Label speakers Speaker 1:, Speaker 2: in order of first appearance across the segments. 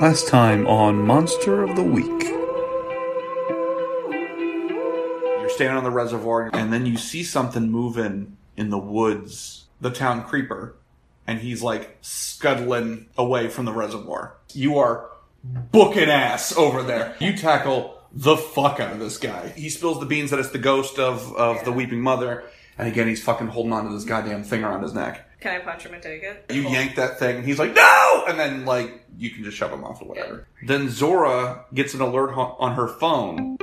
Speaker 1: Last time on Monster of the Week.
Speaker 2: You're standing on the reservoir, and then you see something moving in the woods. The town creeper, and he's like scuttling away from the reservoir. You are booking ass over there. You tackle the fuck out of this guy. He spills the beans that it's the ghost of of the weeping mother, and again he's fucking holding onto this goddamn thing around his neck.
Speaker 3: Can I punch him and take it?
Speaker 2: You
Speaker 3: Cool.
Speaker 2: yank that thing, and he's like, no! And then, like, you can just shove him off or whatever. Then Zora gets an alert ho- on her phone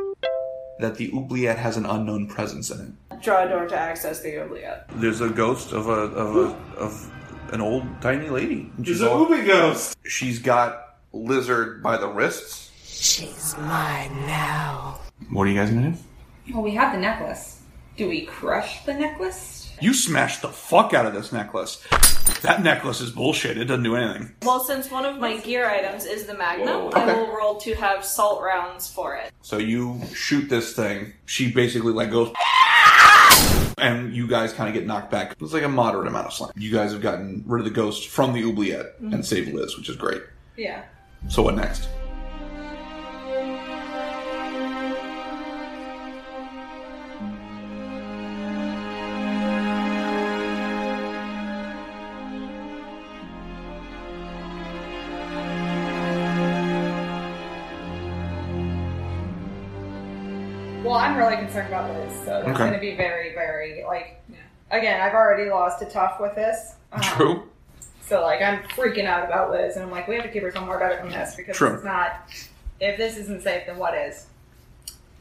Speaker 2: that the oubliette has an unknown presence in it.
Speaker 3: Draw a door to access the oubliette.
Speaker 2: There's a ghost of a, of a, of an old tiny lady. And
Speaker 4: There's
Speaker 2: She's,
Speaker 4: an
Speaker 2: all-
Speaker 4: Ubi ghost.
Speaker 2: she's got lizard by the wrists.
Speaker 5: She's mine now.
Speaker 2: What are you guys gonna do?
Speaker 3: Well, we have the necklace. Do we crush the necklace?
Speaker 2: You smashed the fuck out of this necklace. That necklace is bullshit. It doesn't do anything.
Speaker 6: Well, since one of my gear items is the magnum,
Speaker 2: Okay.
Speaker 6: I will roll to have salt rounds for it.
Speaker 2: So you shoot this thing. She basically like goes, and you guys kind of get knocked back. It's like a moderate amount of slam. You guys have gotten rid of the ghost from the oubliette and saved Liz, which is great.
Speaker 3: Yeah.
Speaker 2: So what next?
Speaker 7: Well, I'm really concerned about Liz, so it's
Speaker 2: Okay.
Speaker 7: going to be very, very like. Again, I've already lost a tough with this. Um,
Speaker 2: True.
Speaker 7: So like, I'm freaking out about Liz, and I'm like, we have to give her somewhere better than this because
Speaker 2: True.
Speaker 7: it's not. If this isn't safe, then what is?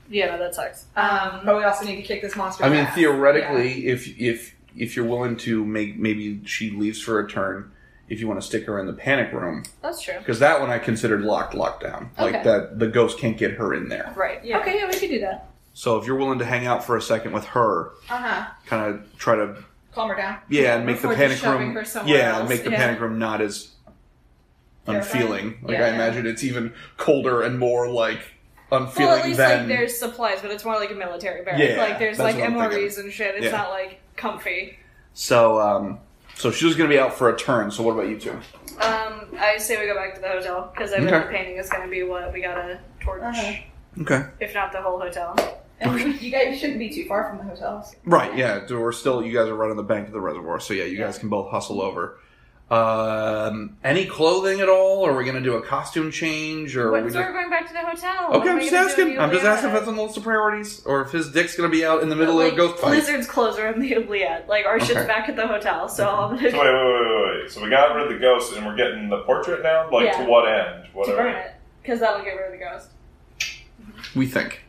Speaker 6: Yeah, that sucks.
Speaker 7: Um, but we also need to kick this monster.
Speaker 2: I mean,
Speaker 7: ass.
Speaker 2: theoretically, if if if you're willing to make maybe she leaves for a turn, if you want to stick her in the panic room,
Speaker 6: That's true.
Speaker 2: because that one I considered locked lockdown. Like
Speaker 6: Okay.
Speaker 2: that, the ghost can't get her in there.
Speaker 6: Right.
Speaker 7: Yeah.
Speaker 3: Okay, yeah, we could do that.
Speaker 2: So if you're willing to hang out for a second with her,
Speaker 7: Uh huh.
Speaker 2: kind of try to
Speaker 7: Calm her down.
Speaker 2: yeah, and make the
Speaker 3: Before
Speaker 2: panic
Speaker 3: just shoving
Speaker 2: room
Speaker 3: her somewhere
Speaker 2: yeah,
Speaker 3: else.
Speaker 2: make the
Speaker 3: Yeah.
Speaker 2: panic room not as
Speaker 7: Terrifying.
Speaker 2: unfeeling. Like
Speaker 7: Yeah.
Speaker 2: I imagine it's even colder and more like unfeeling
Speaker 6: Well, at least
Speaker 2: than
Speaker 6: like there's supplies, but it's more like a military barrack.
Speaker 2: Yeah,
Speaker 6: like there's
Speaker 2: that's
Speaker 6: like
Speaker 2: what I'm
Speaker 6: MREs and shit. It's
Speaker 2: Yeah.
Speaker 6: not like comfy.
Speaker 2: so. um So she was going to be out for a turn. So what about you two?
Speaker 6: Um, I say we go back to the hotel because I bet
Speaker 2: Okay.
Speaker 6: the painting is going to be what we got to torch,
Speaker 7: Uh-huh.
Speaker 2: Okay.
Speaker 6: if not the whole hotel.
Speaker 7: And we- you guys shouldn't be too far from the hotels.
Speaker 2: Right, yeah. so We're still, you guys are right on the bank of the reservoir, so yeah, you guys can both hustle over. Um, any clothing at all? Or are we going to do a costume change? Or are
Speaker 6: What,
Speaker 2: we
Speaker 6: so we're going back to the hotel. What
Speaker 2: Okay, I'm
Speaker 6: am I
Speaker 2: just
Speaker 6: gonna do
Speaker 2: asking.
Speaker 6: with
Speaker 2: I'm just
Speaker 6: Juliet?
Speaker 2: asking if that's on the list of priorities, or if his dick's going to be out in the middle
Speaker 6: Like,
Speaker 2: of a ghost fight.
Speaker 6: Lizard's clothes are in the oubliette. Like our shit's
Speaker 2: Okay.
Speaker 6: back at the hotel, so I'm
Speaker 4: So
Speaker 6: gonna
Speaker 4: wait, wait, wait, wait, wait. So we got rid of the ghost, and we're getting the portrait now. Like
Speaker 6: Yeah.
Speaker 4: to what end?
Speaker 6: to
Speaker 4: Whatever.
Speaker 6: burn it because that'll get rid of the ghost.
Speaker 2: We think.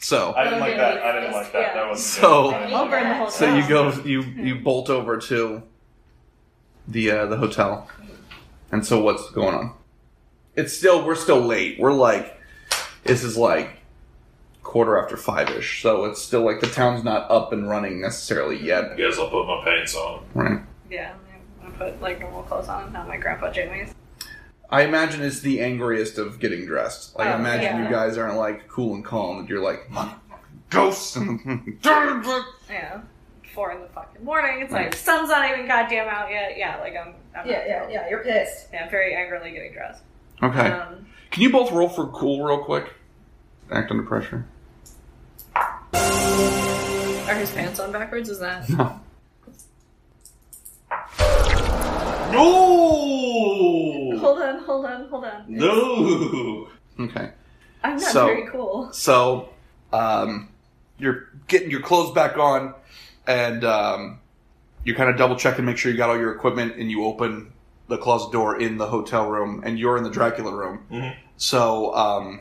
Speaker 2: So,
Speaker 4: I didn't like
Speaker 6: Okay,
Speaker 4: that. I
Speaker 6: we
Speaker 4: didn't like
Speaker 6: fixed- yeah.
Speaker 4: that. That was
Speaker 2: So-
Speaker 6: I'll burn the whole
Speaker 2: so
Speaker 6: town.
Speaker 2: you go, you you
Speaker 6: Hmm.
Speaker 2: bolt over to the uh, the hotel, and so what's going on? It's still we're still late. We're like this is like quarter after five ish, so it's still like the town's not up and running necessarily
Speaker 4: I
Speaker 2: yet,
Speaker 4: guess I'll put my pants on.
Speaker 2: right?
Speaker 6: Yeah, I'm gonna put like normal clothes on, not my grandpa jammies.
Speaker 2: I imagine it's the angriest of getting dressed. Like, I
Speaker 6: Oh,
Speaker 2: imagine
Speaker 6: yeah.
Speaker 2: you guys aren't like cool and calm. You're like ghosts and
Speaker 6: Yeah, four in the fucking morning. It's like sun's not even goddamn out yet. Yeah, like I'm. I'm
Speaker 7: Yeah, yeah, yeah. You're pissed.
Speaker 6: Yeah, I'm very angrily getting dressed.
Speaker 2: okay.
Speaker 6: Um,
Speaker 2: Can you both roll for cool real quick? Act under pressure.
Speaker 6: are his pants on backwards? Is that?
Speaker 2: No.
Speaker 4: No,
Speaker 6: hold on, hold on, hold on.
Speaker 4: no.
Speaker 2: Okay.
Speaker 6: I'm not
Speaker 2: So-
Speaker 6: very cool.
Speaker 2: So, um, you're getting your clothes back on, and um, you're kind of double checking, make sure you got all your equipment, and you open the closet door in the hotel room, and you're in the Dracula room.
Speaker 4: Mhm.
Speaker 2: So, um,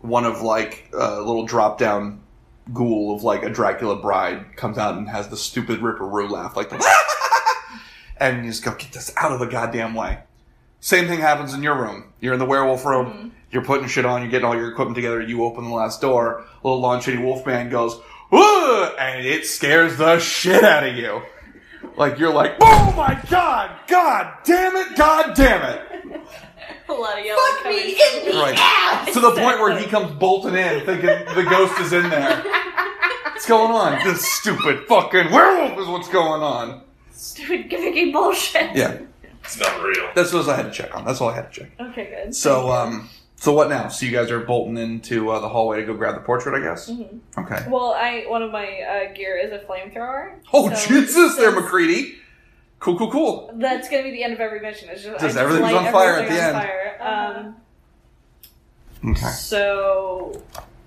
Speaker 2: one of like a little drop down ghoul of like a Dracula bride comes out and has the stupid Ripperoo laugh, like, the, and you just go, get this out of the goddamn way. Same thing happens in your room. You're in the werewolf room. You're putting shit on. You're getting all your equipment together. You open the last door. Little Lon Shitty Wolfman goes, Whoa! and it scares the shit out of you. Like you're like, oh my god, god damn it, god damn it.
Speaker 6: A lot of yelling. coming from-
Speaker 2: Right. To the point where he comes bolting in thinking the ghost is in there. What's going on? This stupid fucking werewolf is what's going on.
Speaker 6: Stupid gimmicky bullshit.
Speaker 2: Yeah.
Speaker 4: It's not real.
Speaker 2: That's what I had to check on. That's all I had to check.
Speaker 6: Okay, good.
Speaker 2: So, um, so what now? So you guys are bolting into uh, the hallway to go grab the portrait, I guess.
Speaker 6: Mhm.
Speaker 2: Okay.
Speaker 6: Well, I one of my uh, gear is a flamethrower.
Speaker 2: Oh
Speaker 6: so-
Speaker 2: Jesus, there,
Speaker 6: so
Speaker 2: McCready. Cool, cool, cool.
Speaker 6: That's gonna be the end of every mission. It's just, I
Speaker 2: Just everything's
Speaker 6: light
Speaker 2: on fire at
Speaker 6: everything
Speaker 2: the
Speaker 6: on
Speaker 2: end.
Speaker 6: fire. Um,
Speaker 7: Uh-huh.
Speaker 2: Okay.
Speaker 6: so,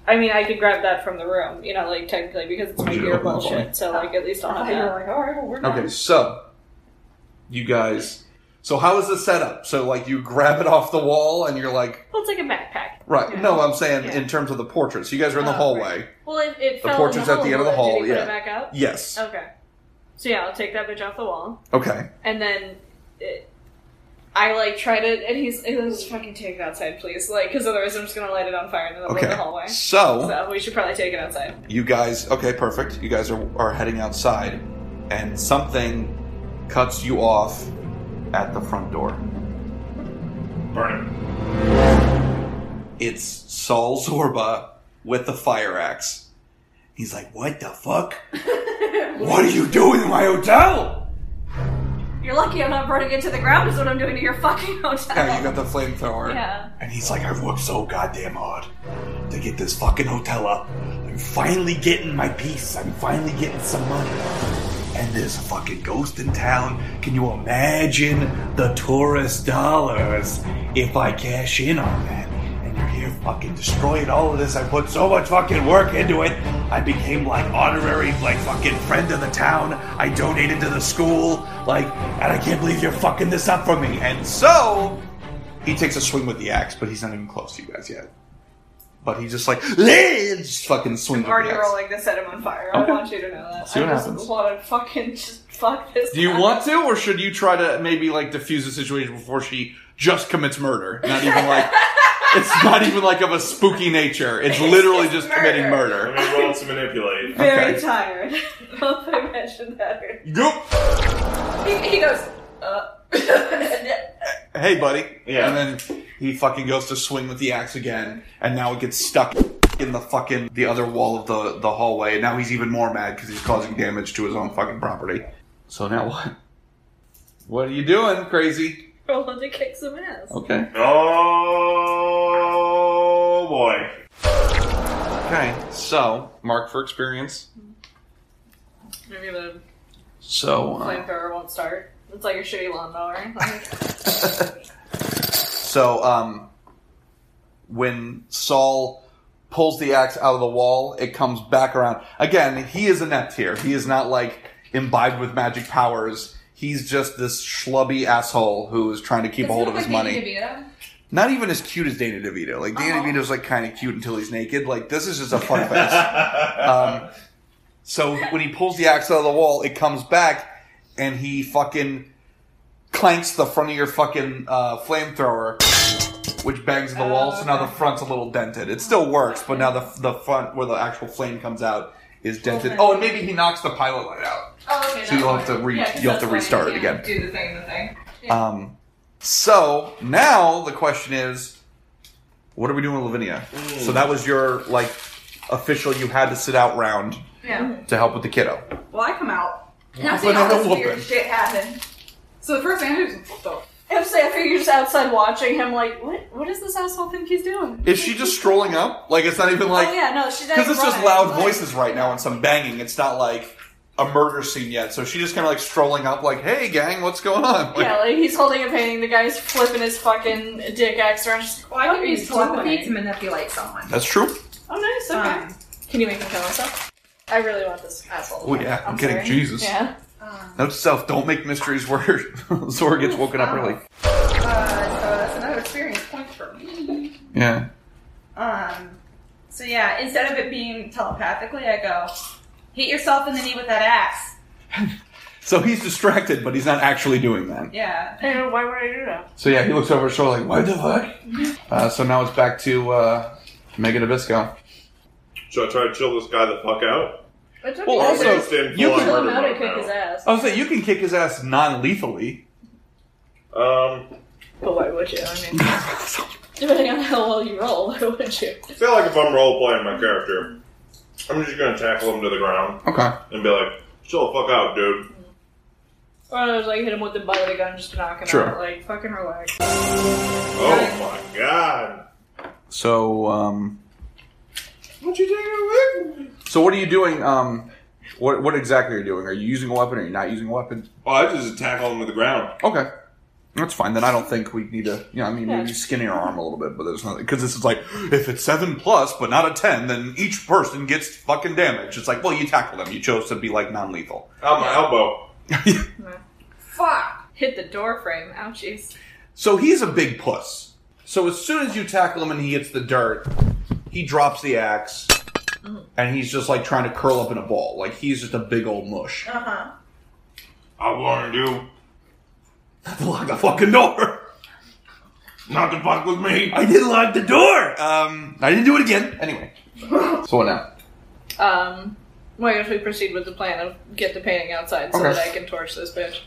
Speaker 6: I mean, I could grab that from the room, you know, like technically because it's my
Speaker 2: Would you
Speaker 6: gear
Speaker 2: open that for
Speaker 6: bullshit. So, like, at least I'll have
Speaker 7: thought you
Speaker 6: that.
Speaker 7: were like, all right, well, we're
Speaker 2: Okay, so you guys. So how is this set up? So like you grab it off the wall and you're like,
Speaker 6: Well, it's like a backpack.
Speaker 2: right?
Speaker 6: Yeah.
Speaker 2: No, I'm saying
Speaker 6: Yeah.
Speaker 2: in terms of the portraits. You guys are in the
Speaker 6: Oh,
Speaker 2: hallway.
Speaker 6: Well, it, it
Speaker 2: The
Speaker 6: fell
Speaker 2: portrait's
Speaker 6: in
Speaker 2: at the end of the
Speaker 6: hole.
Speaker 2: hall,
Speaker 6: Did he put
Speaker 2: yeah.
Speaker 6: it back up?
Speaker 2: Yes.
Speaker 6: Okay. So yeah, I'll take that bitch off Oh. the wall,
Speaker 2: Okay.
Speaker 6: and then it, I like try to, and he's, he's like, just fucking take it outside, please, like, because otherwise I'm just gonna light it on fire in the middle of
Speaker 2: Okay.
Speaker 6: the hallway.
Speaker 2: So
Speaker 6: So we should probably take it outside.
Speaker 2: you guys. Okay, perfect. You guys are are heading outside, and something cuts you off at the front door.
Speaker 4: Burn
Speaker 2: It's Saul Zorba with the fire axe. He's like, "What the fuck? what are you doing in my hotel?"
Speaker 6: You're lucky I'm not burning it to the ground. Is what I'm doing to your fucking hotel.
Speaker 2: Yeah, you got the flamethrower.
Speaker 6: Yeah.
Speaker 2: And he's like, I've worked so goddamn hard to get this fucking hotel up. I'm finally getting my piece. I'm finally getting some money. And there's a fucking ghost in town. Can you imagine the tourist dollars if I cash in on that? And you're here fucking destroying all of this. I put so much fucking work into it. I became like honorary, like fucking friend of the town. I donated to the school. Like, and I can't believe you're fucking this up for me. And so, he takes a swing with the axe, but he's not even close to you guys yet. But he just like just fucking swings with
Speaker 6: already
Speaker 2: the axe.
Speaker 6: rolling to set him on fire. I want you to know that.
Speaker 2: See what
Speaker 6: I just
Speaker 2: happens.
Speaker 6: want to fucking just fuck this.
Speaker 2: Do you
Speaker 6: up.
Speaker 2: want to, or should you try to maybe like diffuse the situation before she just commits murder? Not even like it's not even like of a spooky nature. It's literally just, committing
Speaker 4: Let
Speaker 2: murder.
Speaker 4: me roll to manipulate.
Speaker 6: Very
Speaker 2: Okay.
Speaker 6: tired. Hope I mentioned that.
Speaker 2: Goop.
Speaker 7: He, he goes, uh.
Speaker 2: Hey, buddy.
Speaker 4: Yeah.
Speaker 2: And then he fucking goes to swing with the axe again, and now it gets stuck in the fucking the other wall of the the hallway. And now he's even more mad because he's causing damage to his own fucking property. So now what? What are you doing, crazy?
Speaker 6: Roland to kick some ass.
Speaker 2: Okay.
Speaker 4: Oh boy.
Speaker 2: Okay. So mark for experience.
Speaker 6: Maybe the
Speaker 2: So. uh,
Speaker 6: flamethrower won't start. It's like a shitty lawnmower.
Speaker 2: So, um, when Saul pulls the axe out of the wall, it comes back around. Again, he is inept here. He is not like imbibed with magic powers. He's just this schlubby asshole who is trying to keep a hold of his money. Not even as cute as Danny DeVito. Like Danny DeVito's like kind of cute until he's naked. Like this is just a fun face. Um, so when he pulls the axe out of the wall, it comes back, and he fucking clanks the front of your fucking uh, flamethrower, which bangs the wall. So now the front's a little dented. It still works, but now the the front where the actual flame comes out is dented. Oh, and maybe he knocks the pilot light out.
Speaker 7: Oh, okay.
Speaker 2: So you'll have to re- you'll have to restart it again.
Speaker 7: Do the thing, the thing.
Speaker 2: Um, so now the question is, what are we doing with Lavinia? So that was your like official. You had to sit out round
Speaker 7: Yeah.
Speaker 2: to help with the kiddo.
Speaker 7: Well, I come out. And I'm
Speaker 2: But
Speaker 7: seeing all
Speaker 2: not a
Speaker 7: this weird
Speaker 2: whooping.
Speaker 7: shit happen. So the first thing I do is, what the
Speaker 6: If Safi, you're just outside watching him, like, what? What does this asshole think he's doing?
Speaker 2: Is she just strolling up? Like it's not even like
Speaker 6: oh yeah, no, she's
Speaker 2: because it's just loud voices right now and some banging. It's not like a murder scene yet. So she's just kind of like strolling up, like, "Hey, gang, what's going on?" Like,
Speaker 6: yeah, like he's holding a painting. The guy's flipping his fucking dick axe around. She's like, why
Speaker 7: fuck
Speaker 6: are
Speaker 7: are
Speaker 6: you
Speaker 7: you telepathy to
Speaker 6: doing?
Speaker 7: manipulate someone?
Speaker 2: That's true.
Speaker 6: Oh, nice. Okay.
Speaker 7: Um,
Speaker 6: Can you make him kill himself? I really want this asshole.
Speaker 2: Oh yeah, I'm,
Speaker 6: I'm
Speaker 2: kidding.
Speaker 6: sorry.
Speaker 2: Jesus.
Speaker 6: Yeah.
Speaker 7: um,
Speaker 2: Note to self: Don't make mysteries where Zora gets woken up early.
Speaker 7: uh, so that's another experience point for me.
Speaker 2: Yeah.
Speaker 7: Um, so yeah, instead of it being telepathically, I go, hit yourself in the knee with that axe.
Speaker 2: So he's distracted, but he's not actually doing that.
Speaker 7: Yeah.
Speaker 6: Hey, why would I do that?
Speaker 2: So yeah, he looks over his shoulder like, "What the fuck?"
Speaker 6: Mm-hmm.
Speaker 2: Uh, so now it's back to uh, Mega Nabisco.
Speaker 4: Should I try to chill this guy the fuck out?
Speaker 2: Well,
Speaker 4: Or are we
Speaker 2: also,
Speaker 4: just in
Speaker 2: you
Speaker 4: full-on
Speaker 2: could-
Speaker 6: Pull him
Speaker 4: murder
Speaker 6: out and
Speaker 4: mode
Speaker 6: kick
Speaker 4: now?
Speaker 6: his ass.
Speaker 2: I was say you can kick his ass non-lethally.
Speaker 4: Um,
Speaker 6: But why would you? I mean, depending on how well you roll, why would you?
Speaker 4: I feel like if I'm role playing my character, I'm just gonna tackle him to the ground
Speaker 2: okay.
Speaker 4: and be like, "Chill the fuck out, dude."
Speaker 6: Or I was like hit him with the butt of the gun, just knock him
Speaker 2: Sure.
Speaker 6: out. Like fucking relax.
Speaker 4: Oh my god.
Speaker 2: So, um,
Speaker 4: What you taking away from me?
Speaker 2: so what are you doing? Um, what what exactly are you doing? Are you using a weapon? Or are you not using a weapon?
Speaker 4: Oh, I just tackle him to the ground.
Speaker 2: Okay, that's fine. Then I don't think we need to. You know, I mean,
Speaker 6: Yeah.
Speaker 2: maybe skinny your arm a little bit, but there's nothing because this is like if it's seven plus but not a ten, then each person gets fucking damage. It's like, well, you tackled them. You chose to be like non-lethal.
Speaker 4: Out my elbow.
Speaker 6: Fuck! Hit the door frame. Ouchies.
Speaker 2: So he's a big puss. So as soon as you tackle him and he hits the dirt, he drops the axe and he's just like trying to curl up in a ball. Like he's just a big old mush.
Speaker 7: Uh huh.
Speaker 4: I warned you
Speaker 2: Lock the fucking door.
Speaker 4: not to fuck with me.
Speaker 2: I didn't lock the door. Um, I didn't do it again. Anyway. So what now?
Speaker 6: Um, well, I guess we proceed with the plan of get the painting outside so
Speaker 2: Okay.
Speaker 6: that I can torch this bitch.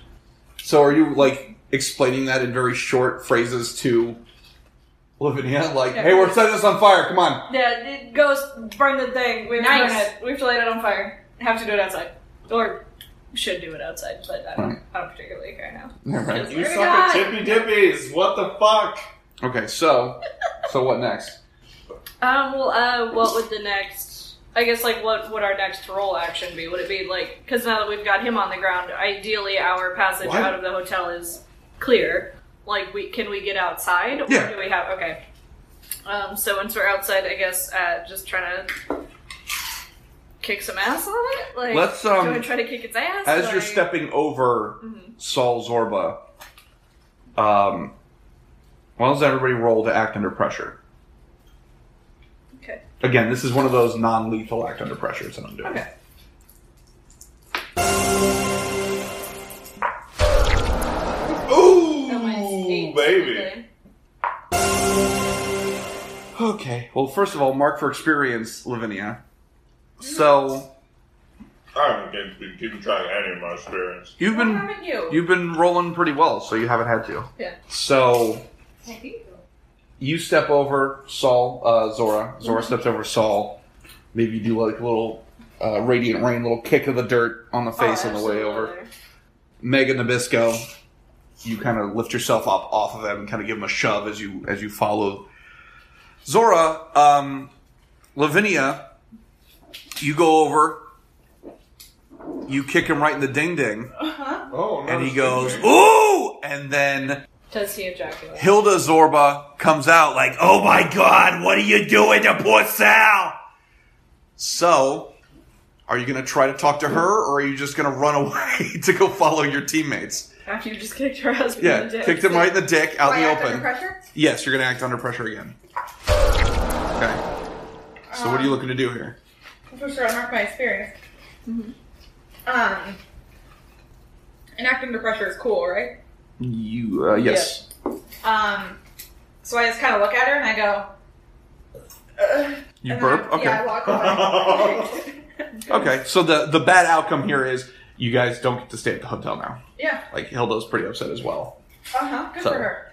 Speaker 2: So are you like explaining that in very short phrases to Lavinia? Like,
Speaker 6: Yeah.
Speaker 2: hey, we're setting this on fire. Come on.
Speaker 6: Yeah, it goes burn the thing. We have
Speaker 7: Nice.
Speaker 6: to burn it. We have to light it on fire. Have to do it outside, or should do it outside, but I don't, I don't particularly care now.
Speaker 2: All right.
Speaker 4: You suck at tippy tippies. What the fuck?
Speaker 2: Okay. So, so what next?
Speaker 6: Um. Well. Uh. What would the next? I guess like what would our next roll action be? Would it be like because now that we've got him on the ground, ideally our passage
Speaker 2: Why-
Speaker 6: out of the hotel is clear. Like we can we get outside? Or
Speaker 2: Yeah.
Speaker 6: Do we have okay? Um. So once we're outside, I guess uh, just trying to kick some ass on it. Like
Speaker 2: Let's, um,
Speaker 6: do I try to kick its ass?
Speaker 2: As you're
Speaker 6: Like-
Speaker 2: stepping over
Speaker 6: Mhm.
Speaker 2: Saul Zorba, um, why does everybody roll to act under pressure?
Speaker 6: Okay.
Speaker 2: Again, this is one of those non-lethal act under pressures that I'm doing.
Speaker 6: Okay.
Speaker 4: Ooh, baby.
Speaker 2: Okay. Well, first of all, mark for experience, Lavinia. So
Speaker 4: I haven't been- been keeping track of any of my experience.
Speaker 2: you've
Speaker 7: What
Speaker 2: been
Speaker 7: happened to you?
Speaker 2: you've been rolling pretty well, so you haven't had to.
Speaker 6: Yeah.
Speaker 2: So
Speaker 7: I think-
Speaker 2: you step over Saul, uh, Zora. Zora steps over Saul. Maybe you do like a little uh, radiant rain, little kick of the dirt on
Speaker 6: Oh,
Speaker 2: the face on the way over. Mega Nabisco, you kind of lift yourself up off of him and kind of give him a shove as you as you follow. Zora, um, Lavinia, you go over. You kick him right in the ding ding,
Speaker 4: Oh,
Speaker 2: and he goes ooh, and then
Speaker 6: Does he ejaculate?
Speaker 2: Hilda Zorba comes out like, "Oh my God, what are you doing to poor Sal?" So, are you going to try to talk to her, or are you just going to run away to go follow your teammates?
Speaker 6: After you just kicked her husband in
Speaker 2: Yeah,
Speaker 6: the dick.
Speaker 2: kicked him right in the dick out
Speaker 7: Why
Speaker 2: in the
Speaker 7: act
Speaker 2: open.
Speaker 7: under pressure?
Speaker 2: Yes, you're going to act under pressure again. Okay. So, what are you
Speaker 7: Um,
Speaker 2: looking to do here?
Speaker 7: For sure, I mark my experience. Mm-hmm.
Speaker 6: Mhm.
Speaker 7: Um, and act under pressure is cool, right?
Speaker 2: You, uh, yes.
Speaker 7: Um, so I just kind of look at her and I go. "Ugh,"
Speaker 2: You
Speaker 7: and then
Speaker 2: burp.
Speaker 7: I-
Speaker 2: Okay.
Speaker 7: Yeah, I walk away.
Speaker 2: Okay. So the the bad outcome here is you guys don't get to stay at the hotel now.
Speaker 7: yeah.
Speaker 2: Like Hilda's pretty upset as well.
Speaker 7: Uh huh. Good
Speaker 2: So-
Speaker 7: for her.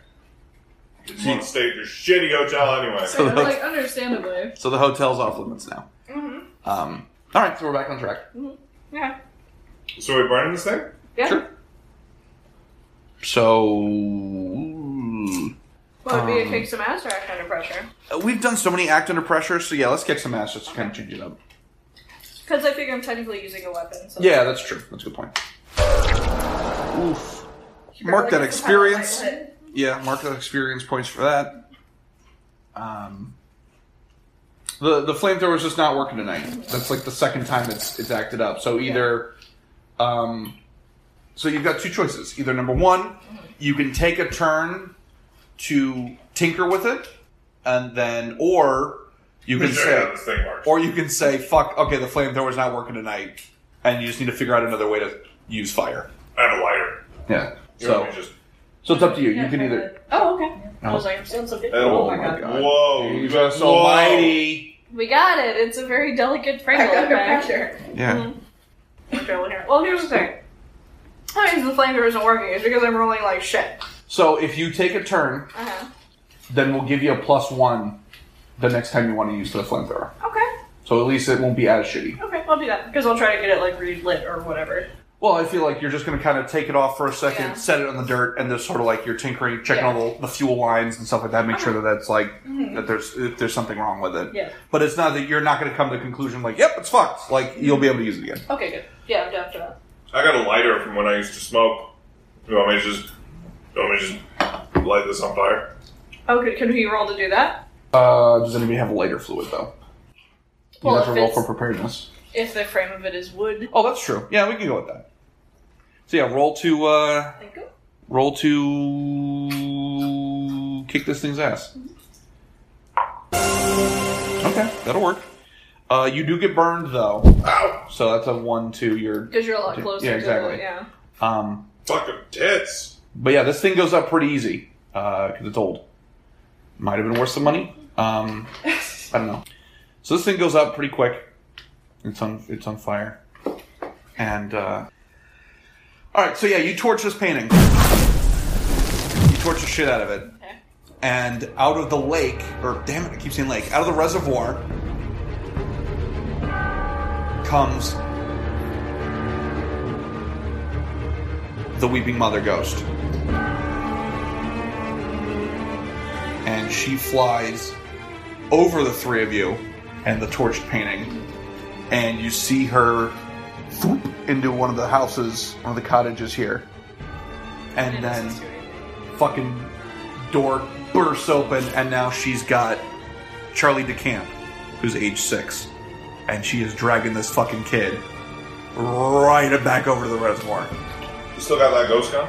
Speaker 4: Didn't want to stay at your shitty hotel anyway.
Speaker 2: So the,
Speaker 6: Like, understandably.
Speaker 2: so the hotel's off limits now.
Speaker 7: Mm-hmm.
Speaker 2: Um, all right, so we're back on track.
Speaker 6: Yeah.
Speaker 4: So we burning this thing?
Speaker 6: Yeah.
Speaker 2: Sure. So
Speaker 6: Well, it'd be
Speaker 2: Um,
Speaker 6: a kick some ass or act under pressure.
Speaker 2: we've done so many act under pressure. So yeah, let's kick some ass just to kind of change it up.
Speaker 6: Because I figure I'm technically using a weapon. So
Speaker 2: Yeah, that's true. That's a good point. Oof. Mark that experience. Yeah, mark that experience points for that. Um, the the flamethrower's just not working tonight. That's like the second time it's it's acted up. So either, um, so you've got two choices. Either number one, you can take a turn to tinker with it, and then or you can
Speaker 4: Make sure
Speaker 2: say
Speaker 4: how this thing works.
Speaker 2: or you can say fuck. Okay, the flamethrower's not working tonight, and you just need to figure out another way to use fire.
Speaker 4: I have a lighter.
Speaker 2: Yeah.
Speaker 4: You know,
Speaker 2: So
Speaker 4: you just,
Speaker 2: so it's up to you. You can either.
Speaker 6: Oh, okay.
Speaker 2: No. Uh,
Speaker 6: I was like, I'm stealing something.
Speaker 4: Oh
Speaker 6: my god.
Speaker 4: Whoa.
Speaker 2: Jesus
Speaker 4: Whoa.
Speaker 2: Almighty.
Speaker 6: We got it. It's a very delicate
Speaker 7: Act
Speaker 6: prangle.
Speaker 7: under
Speaker 6: effect.
Speaker 7: pressure.
Speaker 2: Yeah.
Speaker 6: Okay, well, here- Well, here's the thing. The reason the flamethrower isn't working is because I'm rolling like shit.
Speaker 2: So if you take a turn,
Speaker 6: Uh-huh.
Speaker 2: then we'll give you a plus one the next time you want to use the flamethrower.
Speaker 6: Okay.
Speaker 2: So at least it won't be as shitty.
Speaker 6: Okay, I'll do that. Because I'll try to get it like relit or whatever.
Speaker 2: Well, I feel like you're just going to kind of take it off for a second,
Speaker 6: Yeah.
Speaker 2: set it on the dirt, and just sort of like you're tinkering, checking
Speaker 6: Yeah. Mm-hmm.
Speaker 2: all the, the fuel lines and stuff like that, make sure that that's like that there's if there's something wrong with it.
Speaker 6: Yeah.
Speaker 2: But it's not that you're not going to come to the conclusion like, yep, it's fucked. Like you'll be able to use it again.
Speaker 6: Okay, good. Yeah, I'm down for that.
Speaker 4: I got a lighter from when I used to smoke. You want me to just, you want me to just light this on fire?
Speaker 6: Oh, good. Can we roll to do that?
Speaker 2: Uh, does anybody have a lighter fluid though? You
Speaker 6: Well,
Speaker 2: have to
Speaker 6: if
Speaker 2: roll
Speaker 6: it's-
Speaker 2: for preparedness.
Speaker 6: If the frame of it is wood.
Speaker 2: Oh, that's true. Yeah, we can go with that. So yeah, roll to uh,
Speaker 6: Thank you.
Speaker 2: roll to kick this thing's ass. Okay, that'll work. Uh, you do get burned though,
Speaker 4: Ow!
Speaker 2: so that's a one to your.
Speaker 6: Because you're a lot
Speaker 2: Yeah,
Speaker 6: closer
Speaker 2: exactly.
Speaker 6: to it. Yeah.
Speaker 2: Um,
Speaker 4: Fucking tits!
Speaker 2: but yeah, this thing goes up pretty easy because it's old. Might have been worth some money. Um, I don't know. So this thing goes up pretty quick. It's on. It's on fire. And uh, all right, so yeah, you torch this painting. You torch the shit out of it.
Speaker 6: Okay.
Speaker 2: and out of the lake, or damn it, I keep saying lake, out of the reservoir comes the Weeping Mother Ghost. And she flies over the three of you and the torched painting, and you see her swoop into one of the houses, one of the cottages here. And then fucking door bursts open, and now she's got Charlie DeCamp, who's age six, and she is dragging this fucking kid right back over to the reservoir.
Speaker 4: You still got that ghost gun?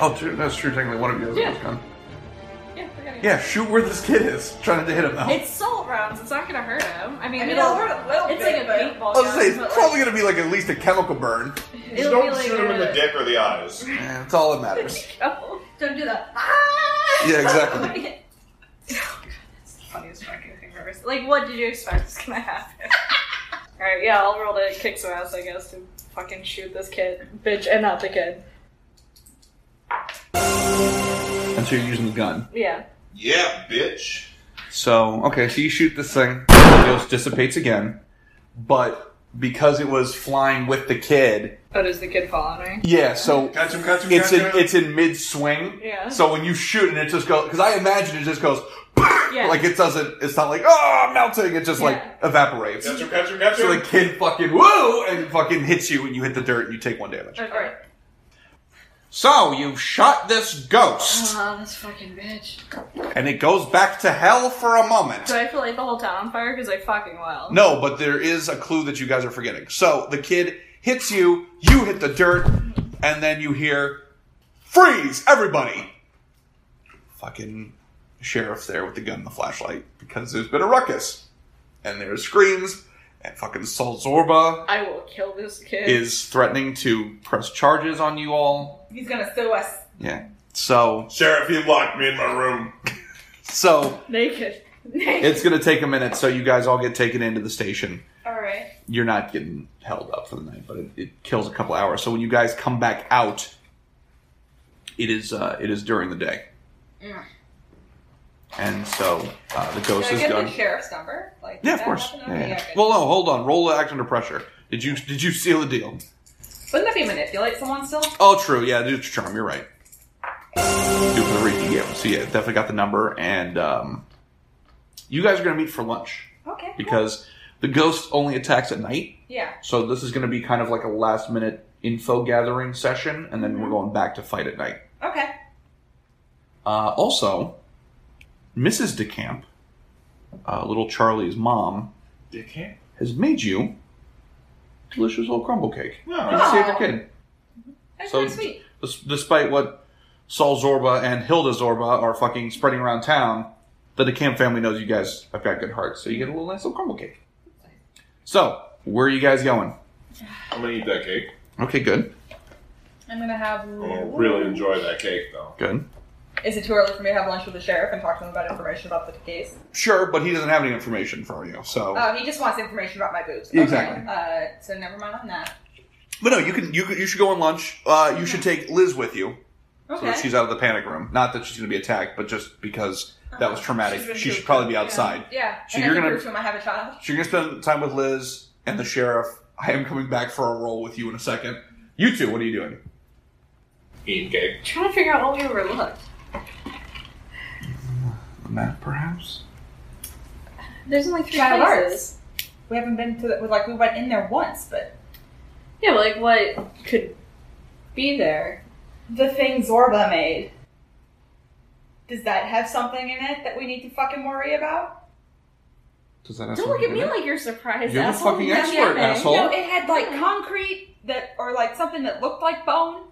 Speaker 2: Oh, true, that's true. Technically, one of you has
Speaker 6: Yeah.
Speaker 2: gone.
Speaker 6: Yeah, I gotta go.
Speaker 2: Yeah, shoot where this kid is. Trying to hit him. Though.
Speaker 6: It's salt rounds. It's not gonna hurt him. I mean,
Speaker 7: I mean,
Speaker 6: it'll,
Speaker 7: it'll hurt a little
Speaker 6: It's
Speaker 7: bit,
Speaker 6: like a
Speaker 7: but-
Speaker 6: paintball.
Speaker 2: I was gonna say
Speaker 6: gun,
Speaker 2: it's
Speaker 6: but,
Speaker 2: probably
Speaker 6: like,
Speaker 2: gonna be like at least a chemical burn.
Speaker 4: Just
Speaker 6: it'll
Speaker 4: don't
Speaker 6: be
Speaker 4: shoot
Speaker 6: like
Speaker 4: him in the
Speaker 6: a-
Speaker 4: dick or the eyes.
Speaker 2: That's all that matters.
Speaker 6: Oh,
Speaker 7: Don't do "Ah!" that.
Speaker 2: Yeah, exactly.
Speaker 6: it's the funniest fucking thing I've ever seen. Like, what did you expect was gonna happen? All right, yeah, I'll roll to kick some ass, I guess, to fucking shoot this kid, bitch, and not the kid.
Speaker 2: And so you're using the gun.
Speaker 6: Yeah.
Speaker 4: Yeah, bitch.
Speaker 2: So okay, so you shoot this thing. The ghost dissipates again, but because it was flying with the kid,
Speaker 6: Oh, does the kid fall on me?
Speaker 2: yeah. So
Speaker 4: Catch him, catch him,
Speaker 2: it's
Speaker 4: catch
Speaker 2: in
Speaker 4: him.
Speaker 2: it's in mid swing.
Speaker 6: Yeah.
Speaker 2: So when you shoot and it just goes, because I imagine it just goes,
Speaker 6: Yeah.
Speaker 2: like it doesn't. It's not like oh I'm melting. It just like
Speaker 6: Yeah.
Speaker 2: evaporates.
Speaker 4: Catch him, catch him, catch him.
Speaker 2: So the kid fucking woo and fucking hits you and you hit the dirt and you take one damage.
Speaker 6: Okay.
Speaker 7: All right.
Speaker 2: So you've shot this ghost
Speaker 6: Oh, this fucking bitch.
Speaker 2: and it goes back to hell for a moment.
Speaker 6: Do I feel like Uh-huh. the whole town on fire? Because I fucking will.
Speaker 2: No, but there is a clue that you guys are forgetting. So the kid hits you, you hit the dirt, and then you hear, freeze, everybody! Fucking sheriff there with the gun and the flashlight because there's been a ruckus. And there's screams, and fucking Sol Zorba
Speaker 6: I will kill this kid.
Speaker 2: is threatening to press charges on you all.
Speaker 7: He's gonna sue us.
Speaker 2: Yeah. So,
Speaker 4: Sheriff, he locked me in my room.
Speaker 2: so
Speaker 6: Naked.
Speaker 2: it's gonna take a minute. So you guys all get taken into the station.
Speaker 7: All right.
Speaker 2: you're not getting held up for the night, but it, it kills a couple hours. So when you guys come back out, it is uh, it is during the day, and so uh, the ghost
Speaker 7: Can I
Speaker 2: is
Speaker 7: get
Speaker 2: gone.
Speaker 7: the sheriff's number? Like,
Speaker 2: Yeah, of
Speaker 7: that
Speaker 2: course.
Speaker 7: happened?
Speaker 2: Yeah,
Speaker 7: Okay,
Speaker 2: yeah.
Speaker 7: good.
Speaker 2: Well, no, hold on. Roll the act under pressure. Did you did you seal the deal?
Speaker 7: Wouldn't that be manipulate someone still?
Speaker 2: Oh, true. Yeah, it's charm. You're right. Do for the reading. Yeah. So yeah, definitely got the number, and um, you guys are gonna meet for lunch
Speaker 7: Okay.
Speaker 2: because the ghost only attacks at night.
Speaker 7: Yeah.
Speaker 2: So this is going to be kind of like a last minute info gathering session, and then we're going back to fight at night.
Speaker 7: Okay.
Speaker 2: Uh, also, Mrs. DeCamp, uh, little Charlie's mom,
Speaker 4: Dickhead.
Speaker 2: has made you delicious little crumble cake. You
Speaker 4: No.
Speaker 2: can see it the kid.
Speaker 7: That's
Speaker 2: So-
Speaker 7: so, sweet.
Speaker 2: Des- Despite what Saul Zorba and Hilda Zorba are fucking spreading around town, the DeCamp family knows you guys have got good hearts, so you get a little nice little crumble cake. So, where are you guys going?
Speaker 4: I'm gonna eat that cake.
Speaker 2: Okay, good,
Speaker 7: I'm gonna have.
Speaker 4: I'm gonna really enjoy that cake, though.
Speaker 2: good.
Speaker 7: Is it too early for me to have lunch with the sheriff and talk to him about information about the case?
Speaker 2: Sure, but he doesn't have any information for you, so.
Speaker 7: Oh, he just wants information about my boobs.
Speaker 2: Exactly.
Speaker 7: Okay. Uh, so never mind on that.
Speaker 2: But no, you can you can- you should go on lunch. Uh, you should take Liz with you so that she's out of the panic room. Not that she's going to be attacked, but just because that was
Speaker 6: Uh-huh. She's
Speaker 2: traumatic,
Speaker 6: been
Speaker 2: she should
Speaker 6: cooped
Speaker 2: probably be
Speaker 6: up, yeah.
Speaker 2: outside.
Speaker 7: yeah.
Speaker 2: So
Speaker 7: and
Speaker 2: you're
Speaker 7: I can
Speaker 2: gonna-
Speaker 7: prove to him I have a child.
Speaker 2: So you're going to spend time with Liz and the sheriff I am coming back for a roll with you in a second. You two, what are you doing?
Speaker 4: Eating cake.
Speaker 6: trying to figure out what we overlooked.
Speaker 2: Math, perhaps.
Speaker 6: There's only three
Speaker 7: Child
Speaker 6: places.
Speaker 7: We haven't been to the, like we went in there once, but
Speaker 6: Yeah, but like what could be there?
Speaker 7: the thing Zorba made. Does that have something in it that we need to fucking worry about?
Speaker 2: Does that have
Speaker 6: Don't look
Speaker 2: something to
Speaker 6: at me
Speaker 2: do with
Speaker 6: like you're surprised.
Speaker 2: You're the
Speaker 6: asshole.
Speaker 2: fucking
Speaker 6: Yeah,
Speaker 2: expert,
Speaker 6: yeah.
Speaker 2: asshole.
Speaker 7: No, it had like concrete that, or like something that looked like bone,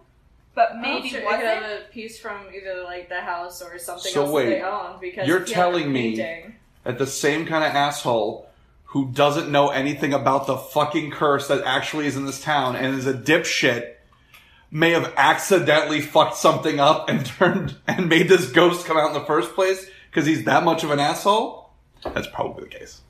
Speaker 7: but maybe
Speaker 6: Maybe we could
Speaker 7: wasn't.
Speaker 6: have a piece from either like the house or something
Speaker 2: So
Speaker 6: else
Speaker 2: wait,
Speaker 6: that they owned because
Speaker 2: you're
Speaker 6: it's not
Speaker 2: telling me-
Speaker 6: painting.
Speaker 2: at the same kind of asshole who doesn't know anything about the fucking curse that actually is in this town and is a dipshit may have accidentally fucked something up and turned and made this ghost come out in the first place because he's that much of an asshole? That's probably the case.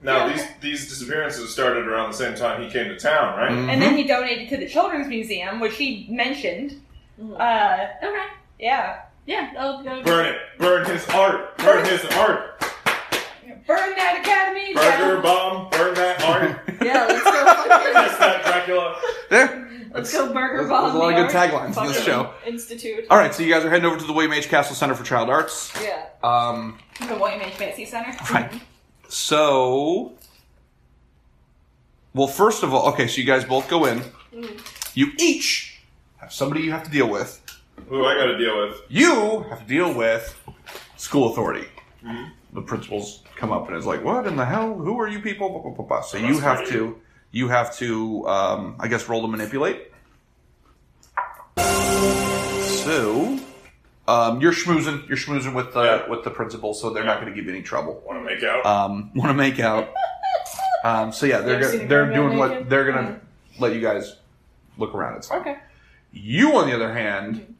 Speaker 4: Now these these disappearances started around the same time he came to town, right?
Speaker 2: Mm.
Speaker 7: and
Speaker 2: Mm-hmm.
Speaker 7: then he donated to the children's museum, which he mentioned.
Speaker 6: Mm-hmm.
Speaker 7: Uh,
Speaker 6: Okay.
Speaker 7: yeah,
Speaker 6: Yeah, that'll go.
Speaker 4: Burn it! Burn his art! Burn his art!
Speaker 7: burn that academy
Speaker 4: Burger
Speaker 7: down.
Speaker 4: bomb! Burn that art!
Speaker 6: Yeah, let's go.
Speaker 4: That's not Dracula.
Speaker 2: There.
Speaker 6: let's go burger
Speaker 2: There's-
Speaker 6: bomb.
Speaker 2: there's a lot of good
Speaker 6: the art
Speaker 2: taglines in this
Speaker 6: fucking
Speaker 2: show.
Speaker 6: Institute.
Speaker 2: All right, so you guys are heading over to the William H. Castle Center for Child Arts.
Speaker 6: Yeah.
Speaker 2: Um,
Speaker 7: The William H. Macy Center.
Speaker 2: Right. So, well, first of all, okay, so you guys both go in.
Speaker 4: Mm-hmm.
Speaker 2: You each have somebody you have to deal with.
Speaker 4: Who I gotta deal with?
Speaker 2: You have to deal with school authority.
Speaker 4: Mm-hmm.
Speaker 2: The principals come up and is like, "What in the hell? Who are you people?" Blah, blah, blah, blah. So you
Speaker 4: That's
Speaker 2: have
Speaker 4: right.
Speaker 2: to, you have to, um, I guess, roll to manipulate. So. Um, you're schmoozing. You're schmoozing with the
Speaker 4: Yeah.
Speaker 2: with the principal, so they're not going to give you any trouble
Speaker 4: Want to make out?
Speaker 2: um, want to make out. Um, so yeah, they're
Speaker 6: Never seen
Speaker 2: go-
Speaker 6: a
Speaker 2: they're
Speaker 6: girl
Speaker 2: doing what
Speaker 6: naked. Mm.
Speaker 2: they're gonna let you guys look around. It's fine.
Speaker 6: Okay.
Speaker 2: You, on the other hand,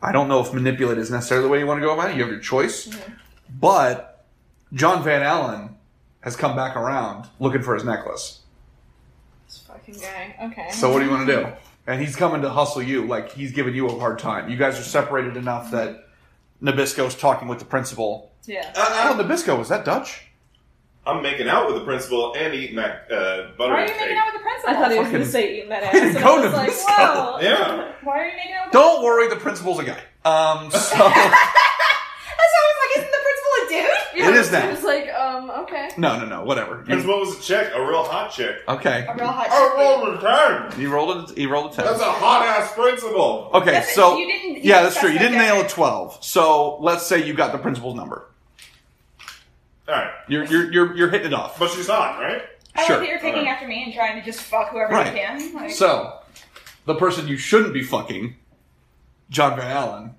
Speaker 2: I don't know if manipulate is necessarily the way you want to go about it. You have your choice,
Speaker 6: Mm-hmm.
Speaker 2: but John Van Allen has come back around looking for his necklace.
Speaker 6: This fucking guy.
Speaker 7: Mm-hmm.
Speaker 6: Okay.
Speaker 2: So what do you want to do? And he's coming to hustle you, like he's giving you a hard time. You guys are separated enough that Nabisco's talking with the principal.
Speaker 6: Mm-hmm. yeah.
Speaker 2: Oh,
Speaker 4: Uh,
Speaker 2: Nabisco, is that Dutch?
Speaker 4: I'm making out with the principal and eating that uh, butter
Speaker 7: Why are you
Speaker 4: cake.
Speaker 7: making out with the principal?
Speaker 6: I thought he was
Speaker 2: fucking-
Speaker 6: gonna say eating that ass.
Speaker 2: didn't
Speaker 6: And
Speaker 2: go
Speaker 6: I was
Speaker 2: to
Speaker 6: like,
Speaker 2: this.
Speaker 6: whoa.
Speaker 4: yeah.
Speaker 7: Why are you making out with the
Speaker 2: Don't worry, the principal's a guy. Um, so
Speaker 7: That's why I was like, isn't the principal a dude?
Speaker 6: Yeah,
Speaker 2: It is
Speaker 6: He
Speaker 2: that.
Speaker 6: was like, um, okay.
Speaker 2: no, no, no, whatever. You-
Speaker 4: Principal was a chick, a real hot chick.
Speaker 2: okay,
Speaker 7: A real hot
Speaker 4: I
Speaker 7: chick.
Speaker 4: rolled a ten.
Speaker 2: you rolled a you rolled a
Speaker 4: That's
Speaker 2: ten.
Speaker 4: a hot ass principal.
Speaker 2: Okay,
Speaker 7: That's-
Speaker 2: so
Speaker 7: you didn't- you
Speaker 2: yeah,
Speaker 7: didn't
Speaker 2: that's true. You didn't
Speaker 7: specify
Speaker 2: nail a twelve. So let's say you got the principal's number.
Speaker 4: All right,
Speaker 2: You're you're you're, you're hitting it off.
Speaker 4: but she's hot, right?
Speaker 7: I
Speaker 2: Sure. Uh-huh.
Speaker 7: like that you're taking after me and trying to just fuck whoever
Speaker 2: Right.
Speaker 7: you can. Like,
Speaker 2: So the person you shouldn't be fucking, John Van Allen,